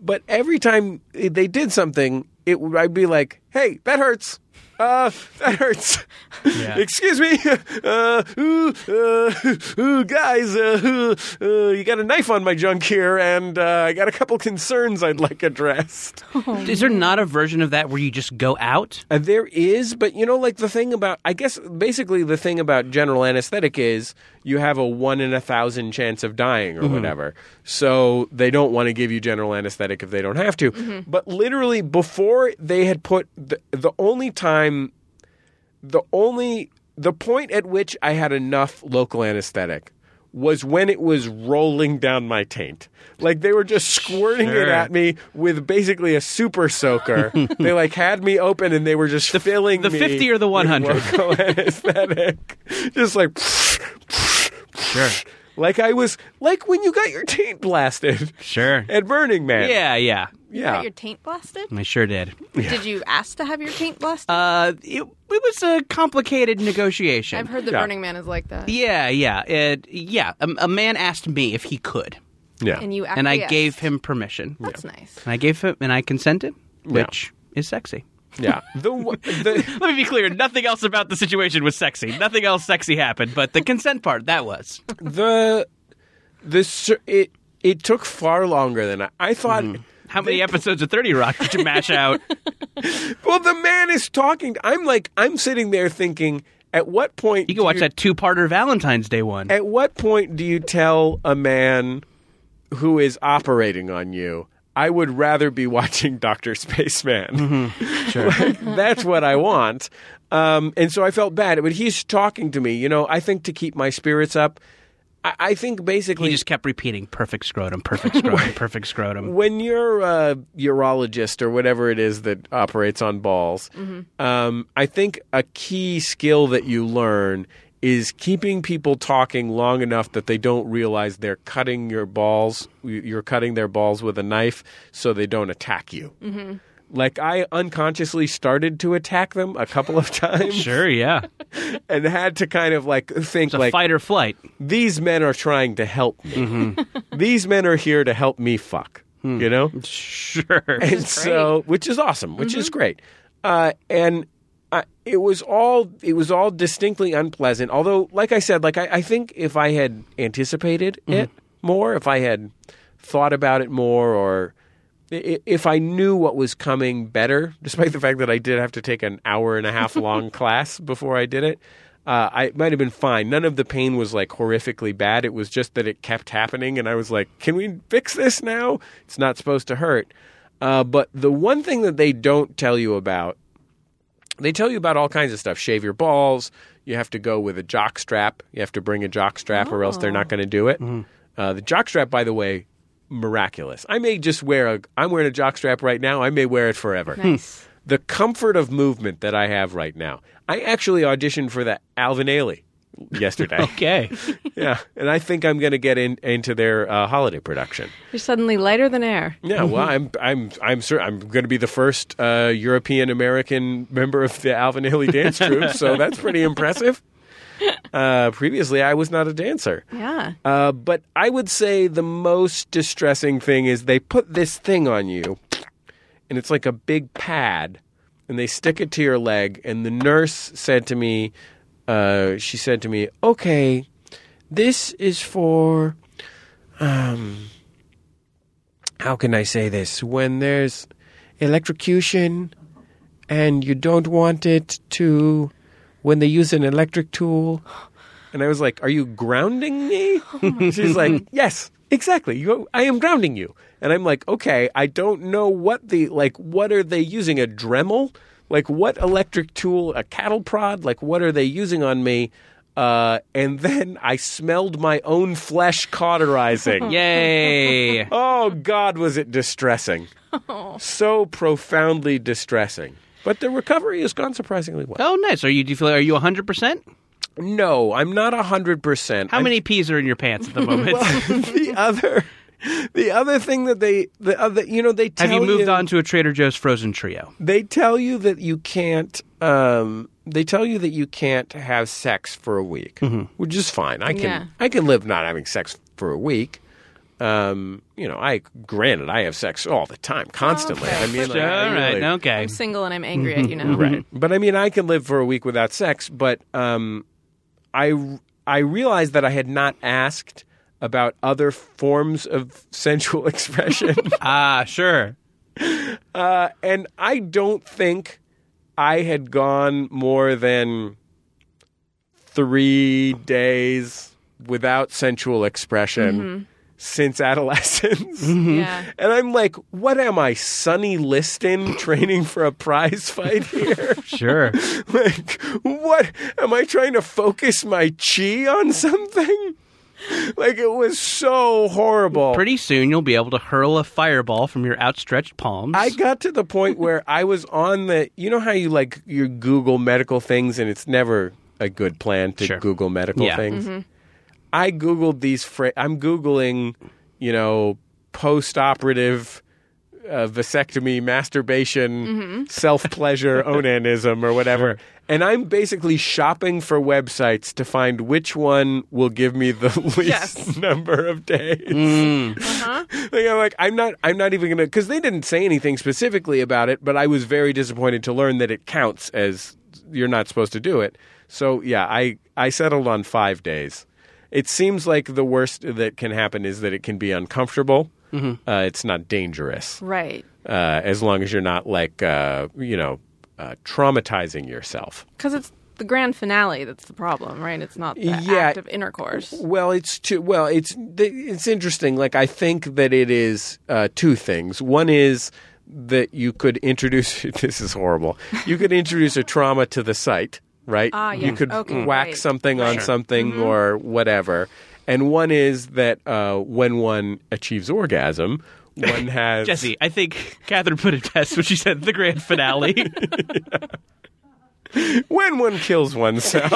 S2: but every time they did something, it would I'd be like, "Hey, that hurts." Uh, that hurts.
S3: Yeah.
S2: Excuse me. Uh, ooh, uh, ooh, guys, uh, ooh, uh, you got a knife on my junk here, and uh, I got a couple concerns I'd like addressed.
S3: Is there not a version of that where you just go out?
S2: Uh, there is, but you know, like the thing about, I guess basically the thing about general anesthetic is you have a one in a thousand chance of dying or whatever. So they don't want to give you general anesthetic if they don't have to. But literally, before they had put the, the only time, the only, the point at which I had enough local anesthetic was when it was rolling down my taint. Like they were just squirting it
S3: Sure.
S2: at me me with basically a super soaker. they like had me open and they were just filling
S3: the
S2: me
S3: 50 or the
S2: with
S3: 100?
S2: local anesthetic. just like
S3: Sure.
S2: like I was like when you got your taint blasted
S3: Sure.
S2: at Burning Man.
S3: Yeah, yeah.
S2: yeah.
S4: Got your taint blasted?
S3: I sure did.
S4: Did you ask to have your taint blasted?
S3: Uh, it, it was a complicated negotiation.
S4: I've heard the
S2: yeah.
S4: Burning Man is like that.
S3: Yeah, yeah. It, yeah. A, a man asked me if he could,
S2: yeah.
S4: And you acquiesced.
S3: and I gave him permission.
S4: That's nice.
S3: And I gave him, and I consented, which is sexy.
S2: yeah. The, w- the
S3: Let me be clear. Nothing else about the situation was sexy. Nothing else sexy happened, but the consent part that was.
S2: the the sur- it it took far longer than I, I thought.
S3: Hmm. How many episodes of Thirty Rock did you mash out?
S2: Well, the man is talking. I'm like I'm sitting there thinking. At what point
S3: You can watch
S2: do
S3: that two-parter Valentine's Day one.
S2: At what point do you tell a man who is operating on you, I would rather be watching Dr. Spaceman?
S3: Mm-hmm.
S2: That's what I want. Um, and so I felt bad. But he's talking to me. You know, I think to keep my spirits up, I, I think
S3: He
S2: basically.
S3: just kept repeating "perfect scrotum, perfect scrotum, perfect scrotum."
S2: when you're a urologist or whatever it is that operates on balls,
S3: Mm-hmm.
S2: um, I think a key skill that you learn is keeping people talking long enough that they don't realize they're cutting your balls. You're cutting their balls with a knife so they don't attack you.
S3: Mm-hmm.
S2: Like I unconsciously started to attack them a couple of times
S3: Sure, yeah.
S2: and had to kind of like think
S3: It's a
S2: like
S3: fight or flight.
S2: these men are trying to help me.
S3: Mm-hmm.
S2: these men are here to help me fuck.
S3: Hmm.
S2: You know?
S3: Sure.
S2: and so which is awesome which is great uh, and uh, it was all it was all distinctly unpleasant although like i said like i, I think if i had anticipated it more if i had thought about it more or i- i- if i knew what was coming better despite the fact that i did have to take an hour and a half long class before i did it uh, I it might have been fine. None of the pain was like horrifically bad. It was just that it kept happening, and I was like, "Can we fix this now? It's not supposed to hurt." Uh, but the one thing that they don't tell you about, they tell you about all kinds of stuff. Shave your balls. You have to go with a jock strap. You have to bring a jock strap, or else they're not going to do it. Uh, the jock strap, by the way, miraculous. I may just wear a. I'm wearing a jock strap right now. I may wear it forever
S4: Nice.
S2: the comfort of movement that I have right now. I actually auditioned for the Alvin Ailey yesterday.
S3: okay.
S2: yeah, and I think I'm going to get in, into their uh, holiday production.
S4: You're suddenly lighter than air.
S2: Yeah, well, I'm I'm I'm sure I'm going to be the first uh, European American member of the Alvin Ailey dance troupe, so that's pretty impressive. Uh, previously, I was not a dancer.
S4: Yeah.
S2: Uh, but I would say the most distressing thing is they put this thing on you, and it's like a big pad, and they stick it to your leg. And the nurse said to me, uh, she said to me, okay, this is for, um, how can I say this? When there's electrocution and you don't want it to, when they use an electric tool. And I was like, "Are you grounding me?" She's like, "Yes, exactly. You, I am grounding you." And I'm like, "Okay, I don't know what the like. What are they using? A Dremel? Like what electric tool? A cattle prod? Like what are they using on me?" Uh, and then I smelled my own flesh cauterizing.
S3: Yay!
S2: Oh God, was it distressing?
S3: Oh.
S2: So profoundly distressing. But the recovery has gone surprisingly well.
S3: oh, nice. Are you? Do you feel? Are you hundred percent?
S2: No, I'm not hundred percent.
S3: How many peas are in your pants at the moment?
S2: the other the other thing that they the other you know they tell
S3: Have you moved on to a Trader Joe's frozen trio?
S2: they tell you that you can't um they tell you that you can't have sex for a week
S3: Mm-hmm.
S2: which is fine i can
S4: Yeah.
S2: i can live not having sex for a week um you know i granted i have sex all the time constantly i mean like, I
S3: All right.
S2: really-
S3: Okay.
S4: I'm single and I'm angry at you now.
S2: right Mm-hmm. but i mean i can live for a week without sex but um i i realized that i had not asked about other forms of sensual expression
S3: Ah, sure.
S2: and I don't think I had gone more than three days without sensual expression since adolescence.
S4: Yeah.
S2: And I'm like, what am I, Sonny Liston, training for a prize fight here?
S3: Sure.
S2: like, what? Am I trying to focus my chi on something? Like, it was so horrible.
S3: Pretty soon you'll be able to hurl a fireball from your outstretched palms.
S2: I got to the point where I was on the. You know how you like you Google medical things, and it's never a good plan to
S3: Sure.
S2: Google medical
S3: Yeah.
S2: things. I googled these. Fra- I'm googling, you know, post-operative uh, vasectomy, masturbation, self-pleasure, onanism, or whatever. And I'm basically shopping for websites to find which one will give me the least
S4: Yes.
S2: number of days. Like, I'm like, I'm not, I'm not even gonna, because they didn't say anything specifically about it, but I was very disappointed to learn that it counts as you're not supposed to do it. So yeah, I, I settled on five days. It seems like the worst that can happen is that it can be uncomfortable. Uh, it's not dangerous
S4: Right.
S2: uh, as long as you're not like, uh, you know, uh, traumatizing yourself.
S4: Because it's the grand finale that's the problem, right? It's not the
S2: Yeah.
S4: act of intercourse.
S2: Well, it's two. Well, it's it's interesting. Like I think that it is uh, two things. One is that you could introduce. This is horrible. You could introduce a trauma to the site, right?
S4: Ah,
S2: You
S4: yes.
S2: could
S4: Okay,
S2: whack
S4: right. Mm-hmm.
S2: something on something or whatever. And one is that uh, when one achieves orgasm, one has
S3: Jesse, I think Catherine put it best when she said the grand finale.
S2: when one kills oneself.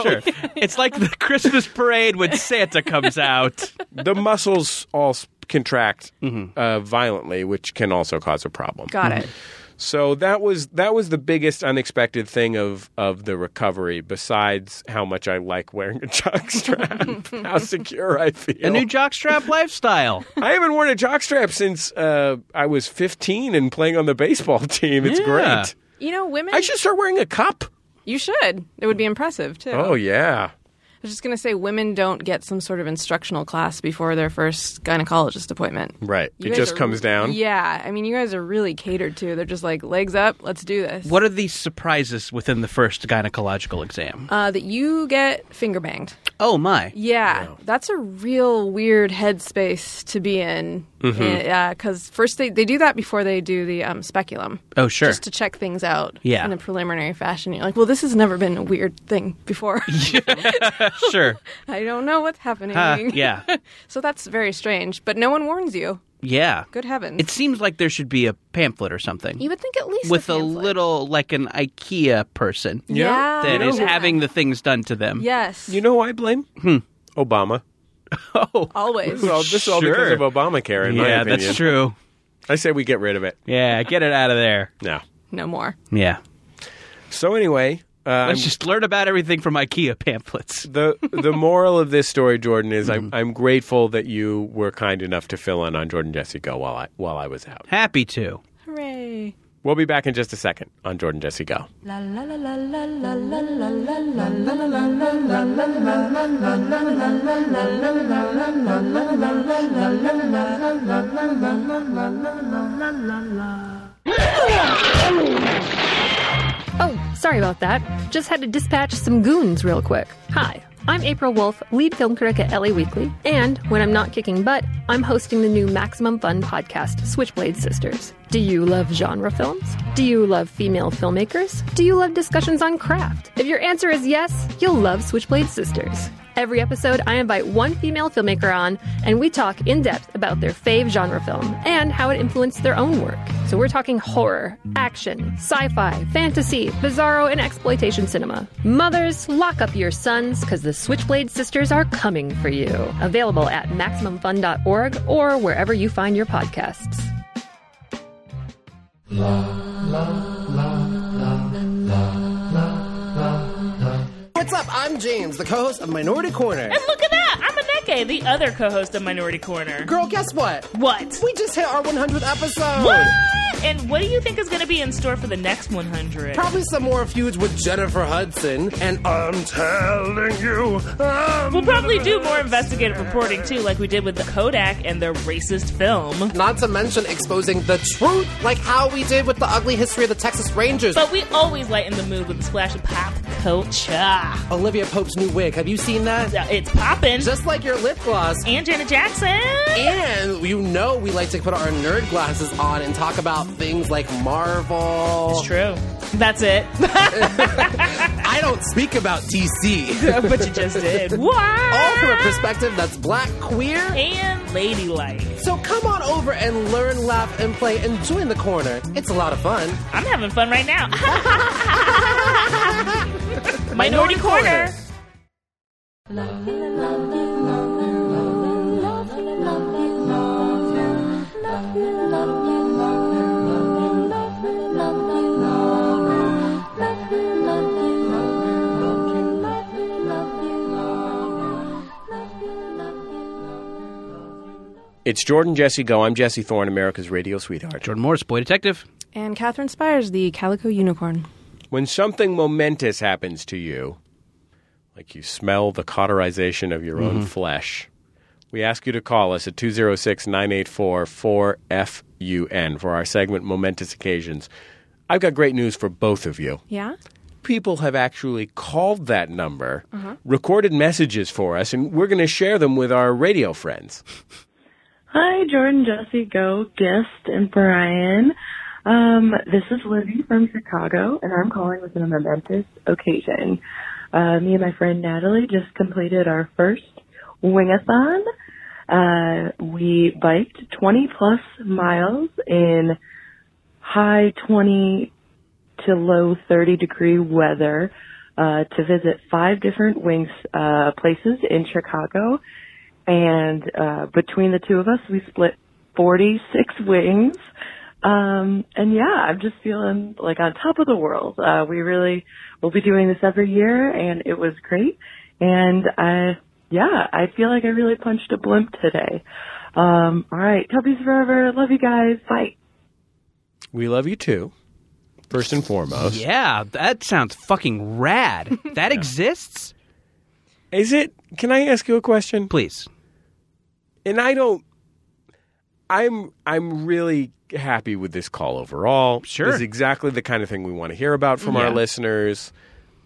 S3: It's like the Christmas parade when Santa comes out.
S2: the muscles all s- contract uh, violently, which can also cause a problem.
S4: Got it.
S2: So that was that was the biggest unexpected thing of of the recovery. Besides how much I like wearing a jockstrap, how secure I feel.
S3: A new jockstrap lifestyle.
S2: I haven't worn a jockstrap since uh, I was 15 and playing on the baseball team. It's
S3: Yeah.
S2: great.
S4: You know, women.
S2: I should start wearing a cup.
S4: You should. It would be impressive too.
S2: Oh yeah.
S4: I was just gonna say, women don't get some sort of instructional class before their first gynecologist appointment.
S2: Right.
S4: You
S2: it
S4: guys
S2: just
S4: are-
S2: comes down.
S4: Yeah, I mean, you guys are really catered to. They're just like legs up. Let's do this.
S3: What are the surprises within the first gynecological exam?
S4: Uh, that you get finger banged.
S3: oh my.
S4: Yeah, that's a real weird headspace to be in.
S2: Mm-hmm.
S4: Eh, Yeah, because first they, they do that before they do the um, speculum.
S3: Oh sure.
S4: Just to check things out
S3: Yeah.
S4: in a preliminary fashion. You're like, well, this has never been a weird thing before.
S3: sure.
S4: I don't know what's happening.
S3: Uh, yeah.
S4: So that's very strange, but no one warns you.
S3: Yeah.
S4: Good heavens.
S3: It seems like there should be a pamphlet or something.
S4: you would think at least
S3: with a
S4: pamphlet.
S3: little like an IKEA person
S2: You know-
S4: Yeah.
S3: that
S4: You
S3: is
S4: know-
S3: having the things done to them.
S4: Yes.
S2: You know who I blame? Obama.
S4: always.
S2: This is all, this is all because
S3: Sure.
S2: of Obamacare, in my
S3: Oh. Yeah,
S2: opinion.
S3: that's true.
S2: I say we get rid of it.
S3: Yeah, get it out of there.
S2: No.
S4: No more.
S3: Yeah.
S2: So anyway, uh,
S3: Let's just learn about everything from IKEA pamphlets.
S2: the the moral of this story, Jordan, is I'm I'm grateful that you were kind enough to fill in on Jordan Jesse Go while I while I was out.
S3: Happy to.
S4: Hooray.
S2: We'll be back in just a second on Jordan Jesse Go.
S1: La la la la la la la la la
S5: Oh, sorry about that. Just had to dispatch some goons real quick. Hi, I'm April Wolf, lead film critic at LA Weekly, and when I'm not kicking butt, I'm hosting the new Maximum Fun podcast, Switchblade Sisters. Do you love genre films? Do you love female filmmakers? Do you love discussions on craft? If your answer is yes, you'll love Switchblade Sisters. Every episode, I invite one female filmmaker on, and we talk in depth about their fave genre film and how it influenced their own work. So we're talking horror, action, sci fi, fantasy, bizarro, and exploitation cinema. Mothers, lock up your sons because the Switchblade Sisters are coming for you. Available at MaximumFun.org or wherever you find your podcasts.
S6: What's up? I'm James, the co-host of Minority Corner.
S7: And look at that! I'm Aneke, the other co-host of Minority Corner.
S6: Girl, guess what?
S7: What?
S6: We just hit our 100th episode.
S7: What? And what do you think is going to be in store for the next 100?
S6: Probably some more feuds with Jennifer Hudson. And I'm telling you, I'm
S7: We'll probably do more investigative reporting too, like we did with the Kodak and their racist film.
S6: not to mention exposing the truth, like how we did with the ugly history of the Texas Rangers.
S7: But we always lighten the mood with a splash of pop culture. Yeah,
S6: Olivia Pope's new wig. Have you seen that?
S7: It's poppin'.
S6: Just like your lip gloss.
S7: and Janet Jackson.
S6: And you know we like to put our nerd glasses on and talk about things like Marvel.
S7: it's true. That's it.
S6: I don't speak about DC.
S7: but you just did. What?
S6: All from a perspective that's black, queer,
S7: and ladylike.
S6: So come on over and learn, laugh, and play, and join the corner. It's a lot of fun.
S7: I'm having fun right now. Minority Corner.
S2: It's Jordan Jesse Go. I'm Jesse Thorne, America's radio sweetheart.
S3: Jordan Morris, Boy Detective.
S4: And Catherine Spires, the calico unicorn.
S2: When something momentous happens to you, like you smell the cauterization of your own flesh, we ask you to call us at 206 984 4FUN for our segment Momentous Occasions. I've got great news for both of you.
S4: Yeah?
S2: people have actually called that number,
S3: Uh-huh.
S2: recorded messages for us, and we're going to share them with our radio friends.
S8: Hi, Jordan, Jesse, Go, Guest, and Brian. Um, this is Lizzie from Chicago, and I'm calling with a momentous occasion. Uh, me and my friend Natalie just completed our first wingathon. Uh, we biked 20 plus miles in high 20 to low 30 degree weather uh, to visit five different wings uh, places in Chicago. And uh, between the two of us, we split 46 wings. Um, and yeah, I'm just feeling like on top of the world. Uh, we really will be doing this every year, and it was great. And I, yeah, I feel like I really punched a blimp today. Um, all right, Tubbies forever. Love you guys. Bye.
S2: We love you too, first and foremost.
S3: Yeah, that sounds fucking rad. That exists?
S2: Is it? Can I ask you a question?
S3: Please.
S2: And I don't. I'm I'm really happy with this call overall.
S3: Sure.
S2: this is exactly the kind of thing we want to hear about from our listeners.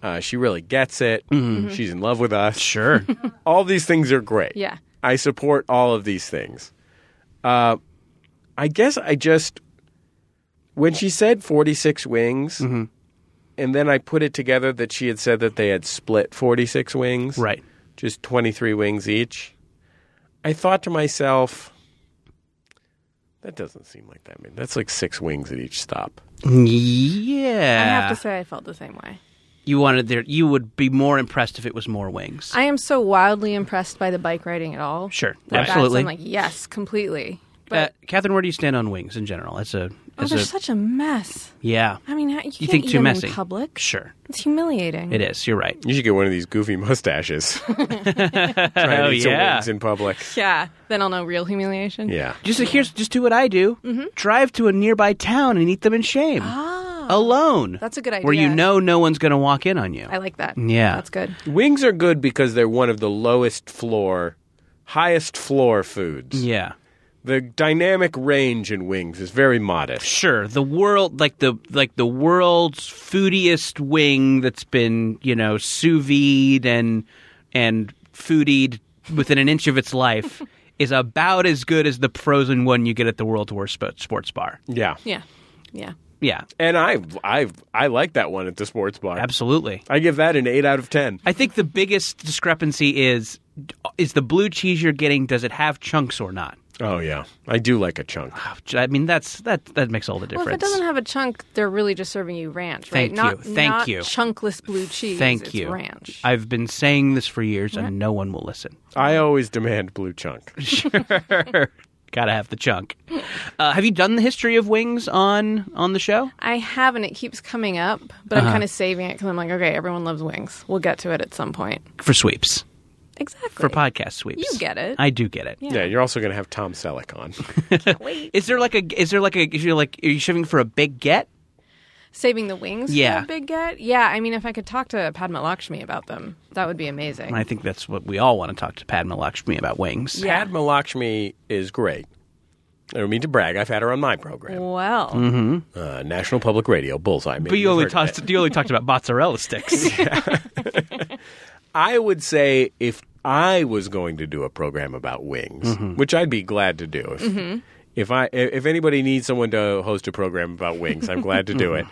S2: Uh, she really gets it.
S3: Mm-hmm.
S2: She's in love with us.
S3: Sure.
S2: all these things are great.
S4: Yeah.
S2: I support all of these things. Uh, I guess I just when she said forty six wings,
S3: Mm-hmm.
S2: and then I put it together that she had said that they had split forty six wings,
S3: right.
S2: Just twenty three wings each. I thought to myself, that doesn't seem like that many. That's like six wings at each stop.
S3: Yeah.
S4: I have to say, I felt the same way.
S3: you wanted there you would be more impressed if it was more wings.
S4: I am so wildly impressed by the bike riding at all.
S3: Sure.
S4: That that's-
S3: Absolutely.
S4: I'm like, yes, completely.
S3: uh, Catherine, where do you stand on wings in general? That's a
S4: Oh,
S3: as
S4: they're
S3: a
S4: such a mess.
S3: yeah.
S4: I mean, how- you,
S3: You
S4: can't
S3: think
S4: eat
S3: too
S4: them
S3: messy.
S4: in public.
S3: Sure,
S4: It's humiliating.
S3: it is. You're right.
S2: You should get one of these goofy mustaches. Trying
S3: Oh,
S2: to eat some
S3: yeah.
S2: wings in public.
S4: Yeah. Then I'll know real humiliation.
S2: Yeah.
S3: Just here's just do what I do.
S4: Mm-hmm.
S3: Drive to a nearby town and eat them in shame. Ah, alone.
S4: That's a good
S3: Where you
S4: idea.
S3: know no one's going to walk in on you.
S4: I like that.
S3: Yeah.
S4: That's good.
S2: Wings are good because they're one of the lowest floor, highest floor foods.
S3: yeah.
S2: The dynamic range in wings is very modest.
S3: Sure, the world like the like the world's foodiest wing that's been you know sous vide and and foodied within an inch of its life is about as good as the frozen one you get at the world's worst sp- sports bar.
S2: Yeah.
S4: Yeah. Yeah.
S3: Yeah,
S2: And I I I like that one at the sports bar.
S3: absolutely.
S2: I give that an 8 out of 10.
S3: I think the biggest discrepancy is is the blue cheese you're getting does it have chunks or not?
S2: Oh yeah. Ah. I do like a chunk.
S3: I mean that's that that makes all the difference.
S4: Well, if it doesn't have a chunk, they're really just serving you ranch,
S3: Thank
S4: right?
S3: you.
S4: Not,
S3: Thank
S4: not
S3: you.
S4: chunkless blue cheese.
S3: Thank
S4: It's
S3: you.
S4: ranch.
S3: I've been saying this for years and no one will listen.
S2: I always demand blue chunk.
S3: Gotta have the chunk. Uh, have you done the history of wings on on the show?
S4: I have, and it keeps coming up, but
S3: Uh-huh.
S4: I'm kind of saving it because I'm like, okay, everyone loves wings. We'll get to it at some point.
S3: For sweeps,
S4: Exactly.
S3: for podcast sweeps.
S4: You get it.
S3: I do get it. Is
S2: Yeah, you're also going to have Tom Selleck on.
S3: there like a? Is there like a? Is you like? Are you shoving for a big get?
S4: Saving the wings
S3: Yeah.
S4: for a big get? Yeah. I mean, if I could talk to Padma Lakshmi about them, that would be amazing.
S3: And I think that's what we all want to talk to Padma Lakshmi about wings.
S4: Yeah.
S2: Padma Lakshmi is great. I don't mean to brag. I've had her on my program,
S4: Well,
S3: Mm-hmm.
S2: uh, National Public Radio, Bullseye. Maybe
S3: But you
S2: you've
S3: only
S2: heard of it.
S3: talked. You only talked about mozzarella sticks.
S2: I would say if I was going to do a program about wings, which I'd be glad to do. If, if I if anybody needs someone to host a program about wings, I'm glad to do it.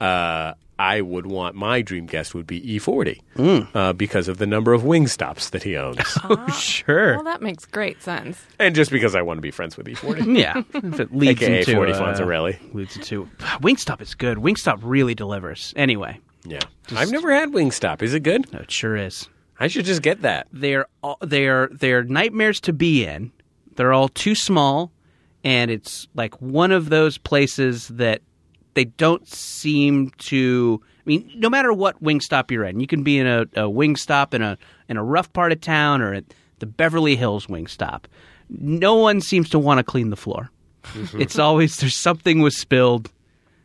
S2: Uh, I would want my dream guest would be E40 uh, because of the number of wing stops that he owns,
S3: sure.
S4: well, that makes great sense.
S2: and just because I want to be friends with E E40.
S3: yeah. If it leads
S2: AKA
S3: into
S2: 40
S3: uh,
S2: Fonzarelli.
S3: Leads into Wingstop is good. Wingstop really delivers. Anyway,
S2: yeah, I've never had Wingstop. Is it good?
S3: no, it sure is.
S2: I should just get that.
S3: they're all, they're they're nightmares to be in. They're all too small, and it's like one of those places that they don't seem to. I mean, no matter what Wingstop you're in, you can be in a, a Wingstop in a in a rough part of town or at the Beverly Hills Wingstop. No one seems to want to clean the floor. It's always there's something was spilled.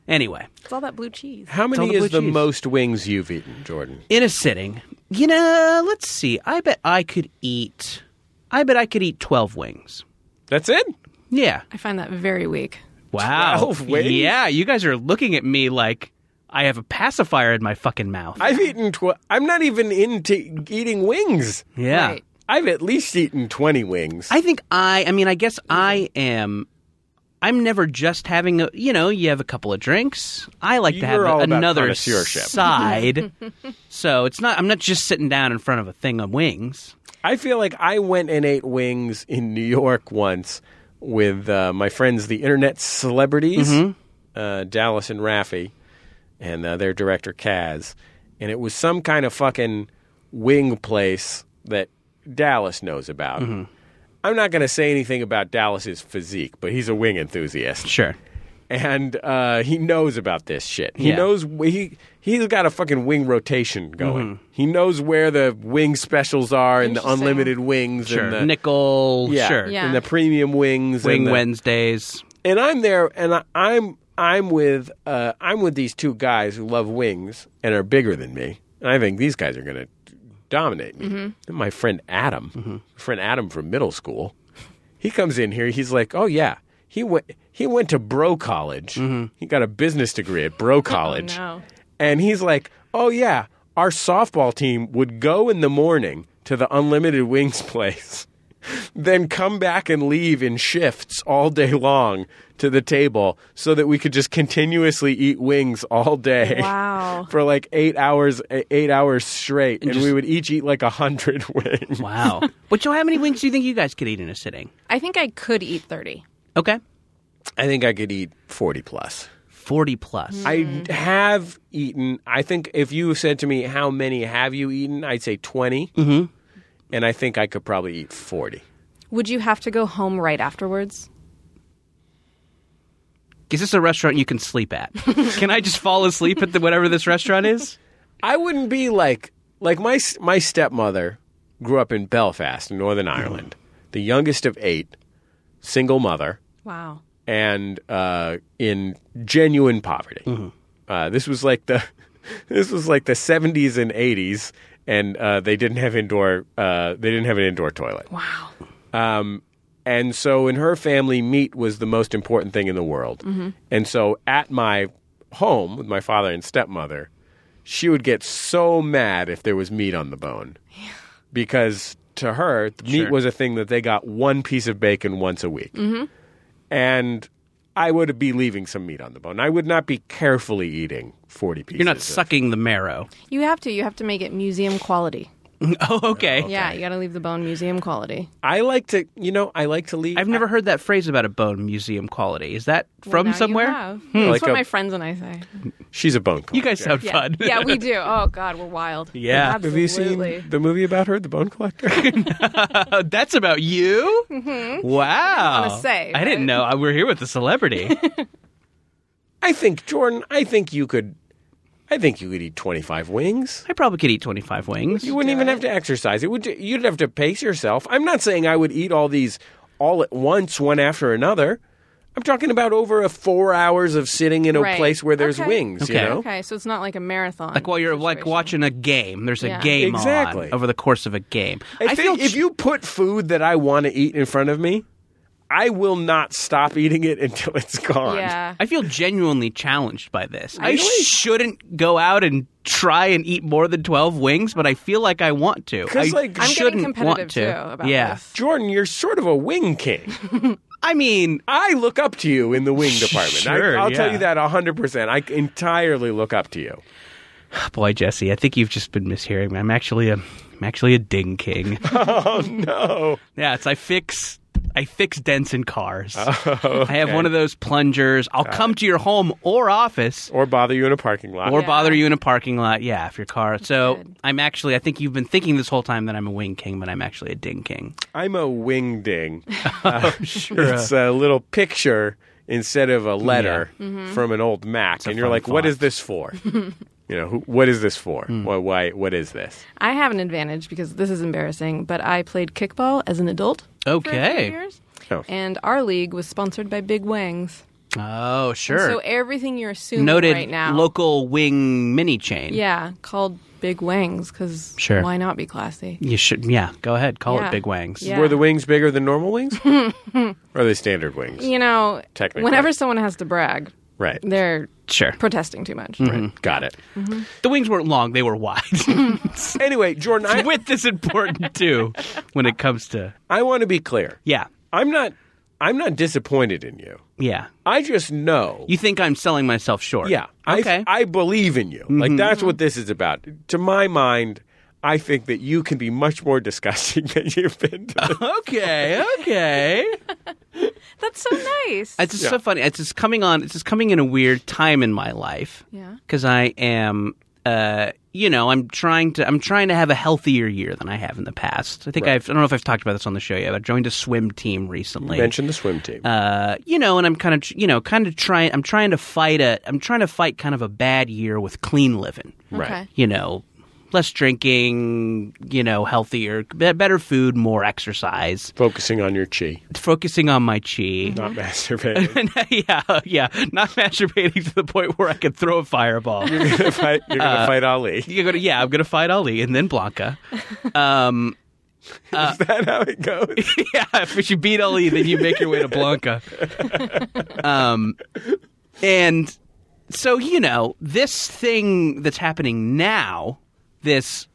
S3: Anyway,
S4: It's all that blue cheese.
S2: How
S3: all
S2: many
S3: the
S2: is
S3: blue
S2: the
S3: cheese.
S2: most wings you've eaten, Jordan?
S3: in a sitting, you know, let's see. I bet I could eat. I bet I could eat twelve wings.
S2: That's it.
S3: Yeah.
S4: I find that very weak.
S3: Wow.
S2: 12 wings?
S3: Yeah, you guys are looking at me like I have a pacifier in my fucking mouth.
S2: I've eaten. Tw- I'm not even into eating wings.
S3: yeah.
S4: Right.
S2: I've at least eaten 20 wings.
S3: I think I I mean I guess I am I'm never just having a you know, you have a couple of drinks. I like to have
S2: You're all about
S3: another
S2: connoisseurship.
S3: side. so it's not I'm not just sitting down in front of a thing of wings.
S2: I feel like I went and ate wings in New York once with uh, my friends, the internet celebrities, uh, Dallas and Raffy, and uh, their director, Kaz. And it was some kind of fucking wing place that Dallas knows about. I'm not going to say anything about Dallas's physique, but he's a wing enthusiast.
S3: Sure.
S2: and uh, he knows about this shit. He
S3: Yeah.
S2: knows he he's got a fucking wing rotation going.
S3: Mm-hmm.
S2: He knows where the wing specials are and the
S4: Interesting.
S2: unlimited wings
S3: Sure.
S2: and the
S3: Nickel,
S2: yeah,
S3: sure.
S4: Yeah.
S2: and the premium wings.
S3: Wing
S2: and the-
S3: Wednesdays.
S2: and I'm there, and I, I'm I'm with uh, I'm with these two guys who love wings and are bigger than me. And I think these guys are going to dominate me. And my friend Adam, friend Adam from middle school, he comes in here. He's like, "Oh yeah, he went he went to Bro College. He got a business degree at Bro College."
S4: no.
S2: And he's like, "Oh yeah, our softball team would go in the morning to the unlimited wings place." then come back and leave in shifts all day long to the table so that we could just continuously eat wings all day.
S4: Wow.
S2: For like eight hours, e, eight hours straight, and, we
S3: just-
S2: would each eat like a hundred wings.
S3: Wow. but Joe, how many wings do you think you guys could eat in a sitting?
S4: I think I could eat 30.
S3: Okay.
S2: I think I could eat forty plus.
S3: 40 plus.
S2: I have eaten. I think if you said to me how many have you eaten, I'd say 20 mm-hmm. and I think I could probably eat forty.
S4: Would you have to go home right afterwards?
S3: is this a restaurant you can sleep at? can I just fall asleep at the, whatever this restaurant is?
S2: I wouldn't be like like my s- my stepmother grew up in Belfast, in Northern Ireland, the youngest of eight, single mother,
S4: Wow.
S2: and uh, in genuine poverty. Uh, this was like the this was like the seventies and eighties, and uh, they didn't have indoor uh, they didn't have an indoor toilet.
S4: Wow.
S2: Um, and so in her family, meat was the most important thing in the world. And so at my home with my father and stepmother, she would get so mad if there was meat on the bone. Because to her, the meat
S3: Sure.
S2: was a thing that they got one piece of bacon once a week. And I would be leaving some meat on the bone. I would not be carefully eating 40 pieces.
S3: You're not
S2: of-
S3: sucking the marrow.
S4: You have to. You have to make it museum quality.
S3: Oh, okay.
S4: Yeah, you got to leave the bone museum quality.
S2: I like to, you know, I like to leave.
S3: I've never heard that phrase about a bone museum quality. Is that from
S4: Now you
S3: somewhere? Hmm.
S4: have. That's
S2: Like
S4: what
S2: a-
S4: my friends and I say.
S2: She's a bone
S3: You
S2: collector.
S3: guys sound
S4: Yeah.
S3: fun.
S4: yeah, we do. Oh God, we're wild.
S3: Yeah.
S2: Have you
S4: Absolutely.
S2: seen the movie about her, The Bone Collector?
S3: Oh, that's about you? Wow.
S4: Mm-hmm. wanna say,
S3: I didn't
S4: but-
S3: know. I- We're here with a celebrity.
S2: I think Jordan. I think you could. I think you could eat twenty five wings.
S3: I probably could eat 25 wings.
S2: You wouldn't even have to exercise. It would. You'd have to pace yourself. I'm not saying I would eat all these all at once, one after another. I'm talking about over a four hours of sitting in a
S4: Right.
S2: place where there's
S4: Okay.
S2: wings. You
S3: Okay.
S2: know.
S4: Okay, so it's not like a marathon.
S3: Like while you're like
S4: situation.
S3: watching a game, there's a
S4: Yeah.
S3: game
S2: Exactly.
S3: on over the course of a game.
S2: If,
S3: I feel
S2: it- if you put food that I want to eat in front of me, I will not stop eating it until it's gone.
S4: Yeah.
S3: I feel genuinely challenged by this. I
S2: Really?
S3: shouldn't go out and try and eat more than 12 wings, but I feel like I want to.
S2: 'Cause,
S3: I
S2: like- I'm
S4: I'm
S3: shouldn't
S4: getting competitive
S3: want to.
S4: too about
S3: yeah.
S4: this.
S2: Jordan, you're sort of a wing king.
S3: I mean,
S2: I look up to you in the wing department.
S3: Sure,
S2: I, I'll tell
S3: yeah.
S2: you that 100%. I entirely look up to you.
S3: oh, boy Jesse, I think you've just been mishearing me. I'm actually a I'm actually a ding king.
S2: No.
S3: Yeah, it's I fix I fix dents in cars. I have one of those plungers. I'll come to your home or office
S2: Or bother you in a parking lot.
S3: or
S4: Yeah.
S3: bother you in a parking lot. Yeah, if your car. So
S4: Good.
S3: I'm actually. I think you've been thinking this whole time that I'm a wing king, but I'm actually a ding king.
S2: I'm a wing ding.
S3: Oh,
S2: Uh, It's a little picture instead of a letter from an old Mac. and you're
S3: fun
S2: like, what
S3: font. Hmm.
S2: is this for? you know, who, what is this for? Why, why, what is this?
S4: I have an advantage because this is embarrassing, but I played kickball as an adult. for a few
S3: Okay.
S4: years,
S2: Oh.
S4: And our league was sponsored by Big Wangs.
S3: Oh,
S4: So
S3: sure.
S4: everything you're assuming
S3: Noted
S4: right now,
S3: local wing mini chain.
S4: yeah, called Big Wangs because
S3: Sure.
S4: why not be classy?
S3: You should. Yeah. Go ahead. Call
S4: Yeah.
S3: it Big Wangs.
S4: Yeah.
S2: Were the wings bigger than normal wings? or are they standard wings?
S4: You know,
S2: Technically.
S4: whenever someone has to brag,
S2: Right.
S4: they're
S3: Sure.
S4: protesting too much.
S3: Mm-hmm.
S2: Right. Got it.
S3: The wings weren't long. They were wide.
S2: Anyway, Jordan, I,
S3: Width is important too when it comes to.
S2: I want to be clear.
S3: Yeah.
S2: I'm not. I'm not disappointed in you.
S3: Yeah.
S2: I just know
S3: You think I'm selling myself short?
S2: Yeah. I,
S3: Okay.
S2: I believe in you. Like, that's what this is about. To my mind, I think that you can be much more disgusting than you've been. To
S3: okay. Okay.
S4: That's so nice.
S3: It's just so funny. It's just coming on. It's just coming in a weird time in my life.
S4: Yeah.
S3: Because I am, uh, you know, I'm trying to. I'm trying to have a healthier year than I have in the past. I think I've. I don't know if I've talked about this on the show yet. but I joined a swim team recently.
S2: Mention the swim team.
S3: uh, you know, and I'm kind of, you know, kind of trying. I'm trying to fight a. I'm trying to fight kind of a bad year with clean living.
S2: right.
S4: Okay.
S3: you know, less drinking, you know, healthier, be- better food, more exercise,
S2: Focusing on your chi,
S3: focusing on my chi.
S4: Mm-hmm.
S2: not masturbating.
S3: And, yeah, yeah, not masturbating to the point where I could throw a fireball.
S2: you're going to fight, you're gonna fight Ali.
S3: You're gonna, yeah, I'm gonna fight Ali and then Blanca.
S2: is that how it goes?
S3: yeah, if you beat Ali, then you make your way to Blanca. um, and so you know this thing that's happening now, this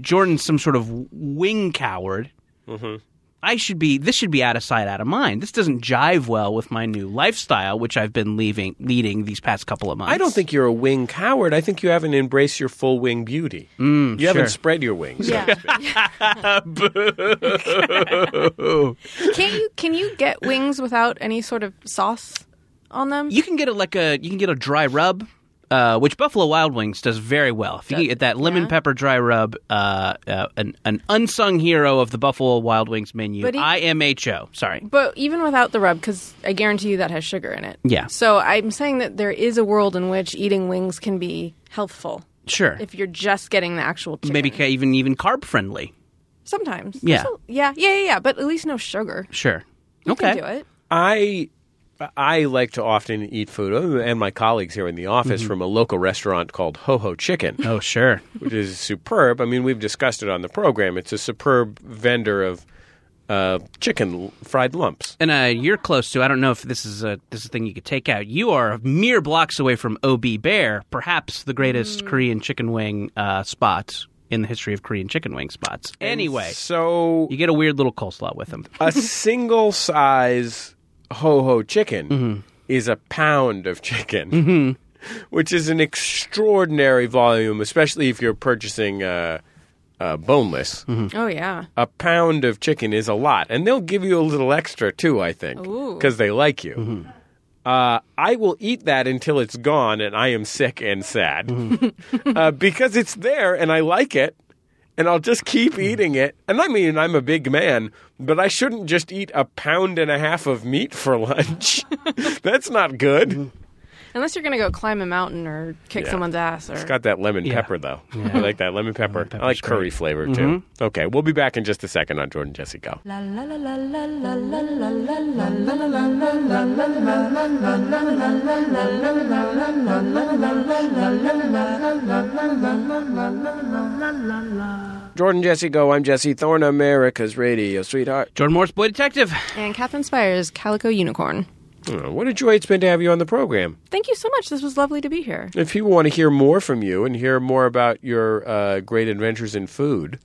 S3: Jordan's some sort of wing coward. Mm-hmm. I should be. This should be out of sight, out of mind. This doesn't jive well with my new lifestyle, which I've been leaving, leading these past couple of months.
S2: I don't think you're a wing coward. I think you haven't embraced your full wing beauty. you haven't
S3: sure.
S2: spread your wings.
S4: Yeah. Can't you can you get wings without any sort of sauce on them?
S3: you can get a like a you can get a dry rub. uh, which Buffalo Wild Wings does very well. If you can get that lemon pepper dry rub, uh, uh, an, an unsung hero of the Buffalo Wild Wings menu,
S4: But he-
S3: IMHO. Sorry.
S4: But even without the rub, because I guarantee you that has sugar in it.
S3: Yeah.
S4: So I'm saying that there is a world in which eating wings can be healthful
S3: Sure.
S4: if you're just getting the actual chicken.
S3: Maybe ca- even even carb friendly.
S4: sometimes.
S3: Yeah.
S4: So- yeah. Yeah. Yeah. Yeah. But at least no sugar.
S3: Sure.
S4: You
S3: okay.
S4: Can do it.
S2: I I like to often eat food, and my colleagues here in the office from a local restaurant called Ho Ho Chicken,
S3: Oh, sure.
S2: which is superb. I mean, we've discussed it on the program. It's a superb vendor of uh, chicken l- fried lumps.
S3: And uh, you're close to. I don't know if this is a this is a thing you could take out. You are mere blocks away from OB Bear, perhaps the greatest
S4: Mm.
S3: Korean chicken wing uh, spot in the history of Korean chicken wing spots. Anyway,
S2: So
S3: you get a weird little coleslaw with them.
S2: a single size ho ho chicken is a pound of chicken, which is an extraordinary volume, especially if you're purchasing uh, uh, boneless.
S4: Oh yeah.
S2: A pound of chicken is a lot, and they'll give you a little extra too, I think,
S4: Ooh.
S2: because they like you. Uh, I will eat that until it's gone and I am sick and sad uh, because it's there and I like it and I'll just keep eating it. And I mean, I'm a big man, but I shouldn't just eat a pound and a half of meat for lunch. That's not good.
S4: Unless you're gonna go climb a mountain or kick
S2: Yeah.
S4: someone's ass or
S2: It's got that lemon pepper, though. I like that lemon pepper. I like curry flavor, too. Okay, we'll be back in just a second on Jordan Jesse Go.
S1: La la la la la la la la la la.
S2: Jordan Jesse Go, I'm Jesse Thorne, America's radio sweetheart.
S3: Jordan Morris, Boy Detective.
S4: and Catherine Spire's Calico Unicorn.
S2: Oh, What a joy it's been to have you on the program.
S4: Thank you so much. This was lovely to be here.
S2: If people want to hear more from you and hear more about your uh, great adventures in food,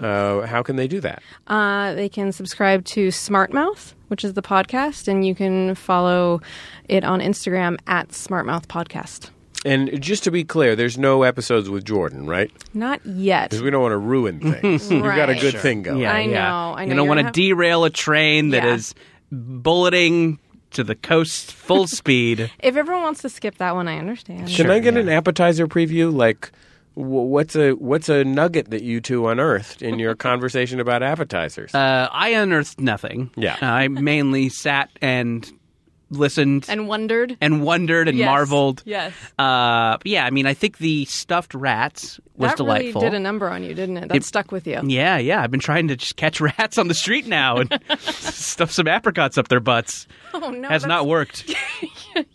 S2: uh, how can they do that?
S4: Uh, they can subscribe to Smartmouth, which is the podcast, and you can follow it on Instagram at Smartmouth Podcast.
S2: And just to be clear, there's no episodes with Jordan, right?
S4: Not yet.
S2: Because we don't want to ruin things. We've got a
S4: Right.
S2: good thing going.
S4: I know, I know.
S3: You don't
S4: You're
S3: want to
S4: gonna have-
S3: derail a train that
S4: Yeah.
S3: is bulleting to the coast full speed.
S4: If everyone wants to skip that one, I understand.
S2: Can I get an appetizer preview? Like, wh- what's a what's a nugget that you two unearthed in your conversation about appetizers?
S3: Uh, I unearthed nothing.
S2: Yeah.
S3: I mainly sat and listened and,
S4: And wondered.
S3: wondered and
S4: Yes.
S3: marveled.
S4: Yes.
S3: Uh, yeah, I mean, I think the stuffed rats was
S4: that
S3: delightful.
S4: really did a number on you, didn't it? That stuck with you.
S3: yeah, yeah. I've been trying to just catch rats on the street now and stuff some apricots up their butts.
S4: Oh no,
S3: Has not
S4: that's-
S3: worked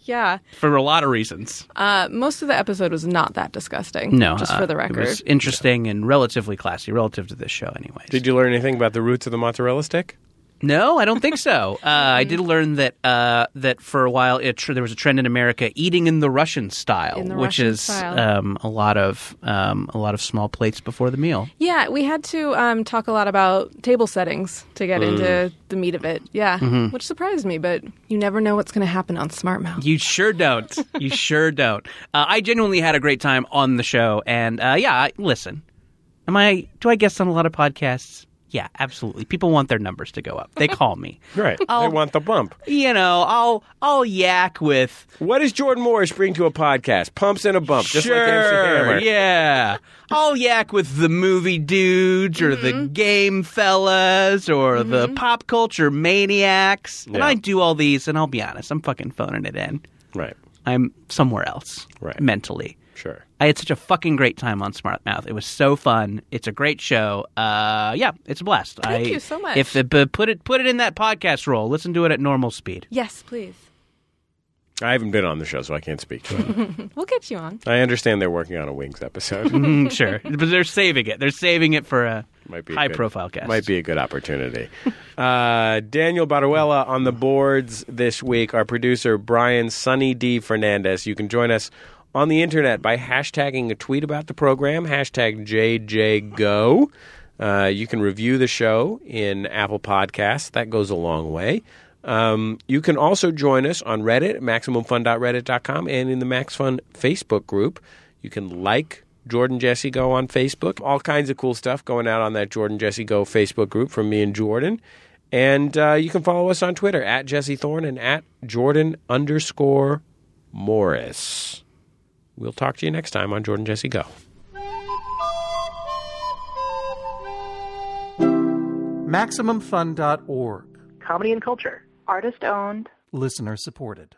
S4: Yeah,
S3: for a lot of reasons.
S4: uh, most of the episode was not that disgusting.
S3: no,
S4: just
S3: uh,
S4: for the record.
S3: it was interesting and relatively classy, relative to this show, anyways.
S2: Did you learn anything about the roots of the mozzarella stick?
S3: No, I don't think so. Uh, I did learn that uh, that for a while it tr- there was a trend in America eating in the Russian style,
S4: In the
S3: which
S4: Russian
S3: is
S4: style.
S3: Um, a lot of um, a lot of small plates before the meal.
S4: Yeah, we had to um, talk a lot about table settings to get
S3: Mm.
S4: into the meat of it. Yeah,
S3: Mm-hmm.
S4: which surprised me, but you never know what's going to happen on Smart Mouth.
S3: You sure don't. You sure don't. Uh, I genuinely had a great time on the show, and uh, yeah, I, listen. Am I? Do I guest on a lot of podcasts? Yeah, absolutely. People want their numbers to go up. They call me.
S2: Right. They
S3: I'll-
S2: want the bump.
S3: You know, I'll I'll yak with
S2: What does Jordan Morris bring to a podcast? Pumps and a bump, just like MC Hammer.
S3: Yeah. I'll yak with the movie dudes or
S4: Mm-hmm.
S3: the game fellas or the pop culture maniacs. And
S2: Yeah.
S3: I do all these, and I'll be honest, I'm fucking phoning it in.
S2: Right.
S3: I'm somewhere else
S2: Right.
S3: mentally.
S2: Sure.
S3: I had such a fucking great time on Smart Mouth. It was so fun. It's a great show. Uh, yeah, it's a blast.
S4: Thank
S3: I-
S4: you so much.
S3: If it, but put it put it in that podcast role. Listen to it at normal speed.
S4: Yes, please.
S2: I haven't been on the show, so I can't speak. to it.
S4: We'll get you on.
S2: I understand they're working on a Wings episode.
S3: Mm, sure, but they're saving it. They're saving it for a
S2: Might be a
S3: high
S2: good-
S3: profile guest.
S2: Might be a good opportunity. uh, Daniel Baruela on the boards this week. Our producer Brian Sunny D Fernandez. You can join us on the internet by hashtagging a tweet about the program. Hashtag JJGo. Uh, you can review the show in Apple Podcasts. That goes a long way. Um, you can also join us on Reddit, maximumfun.reddit.com, and in the Max Fun Facebook group. You can like Jordan Jesse Go on Facebook. All kinds of cool stuff going out on that Jordan Jesse Go Facebook group from me and Jordan. And uh, you can follow us on Twitter at Jesse Thorne and at Jordan underscore Morris. We'll talk to you next time on Jordan Jesse Go.
S8: MaximumFun.org.
S9: Comedy and culture.
S6: Artist owned.
S8: Listener supported.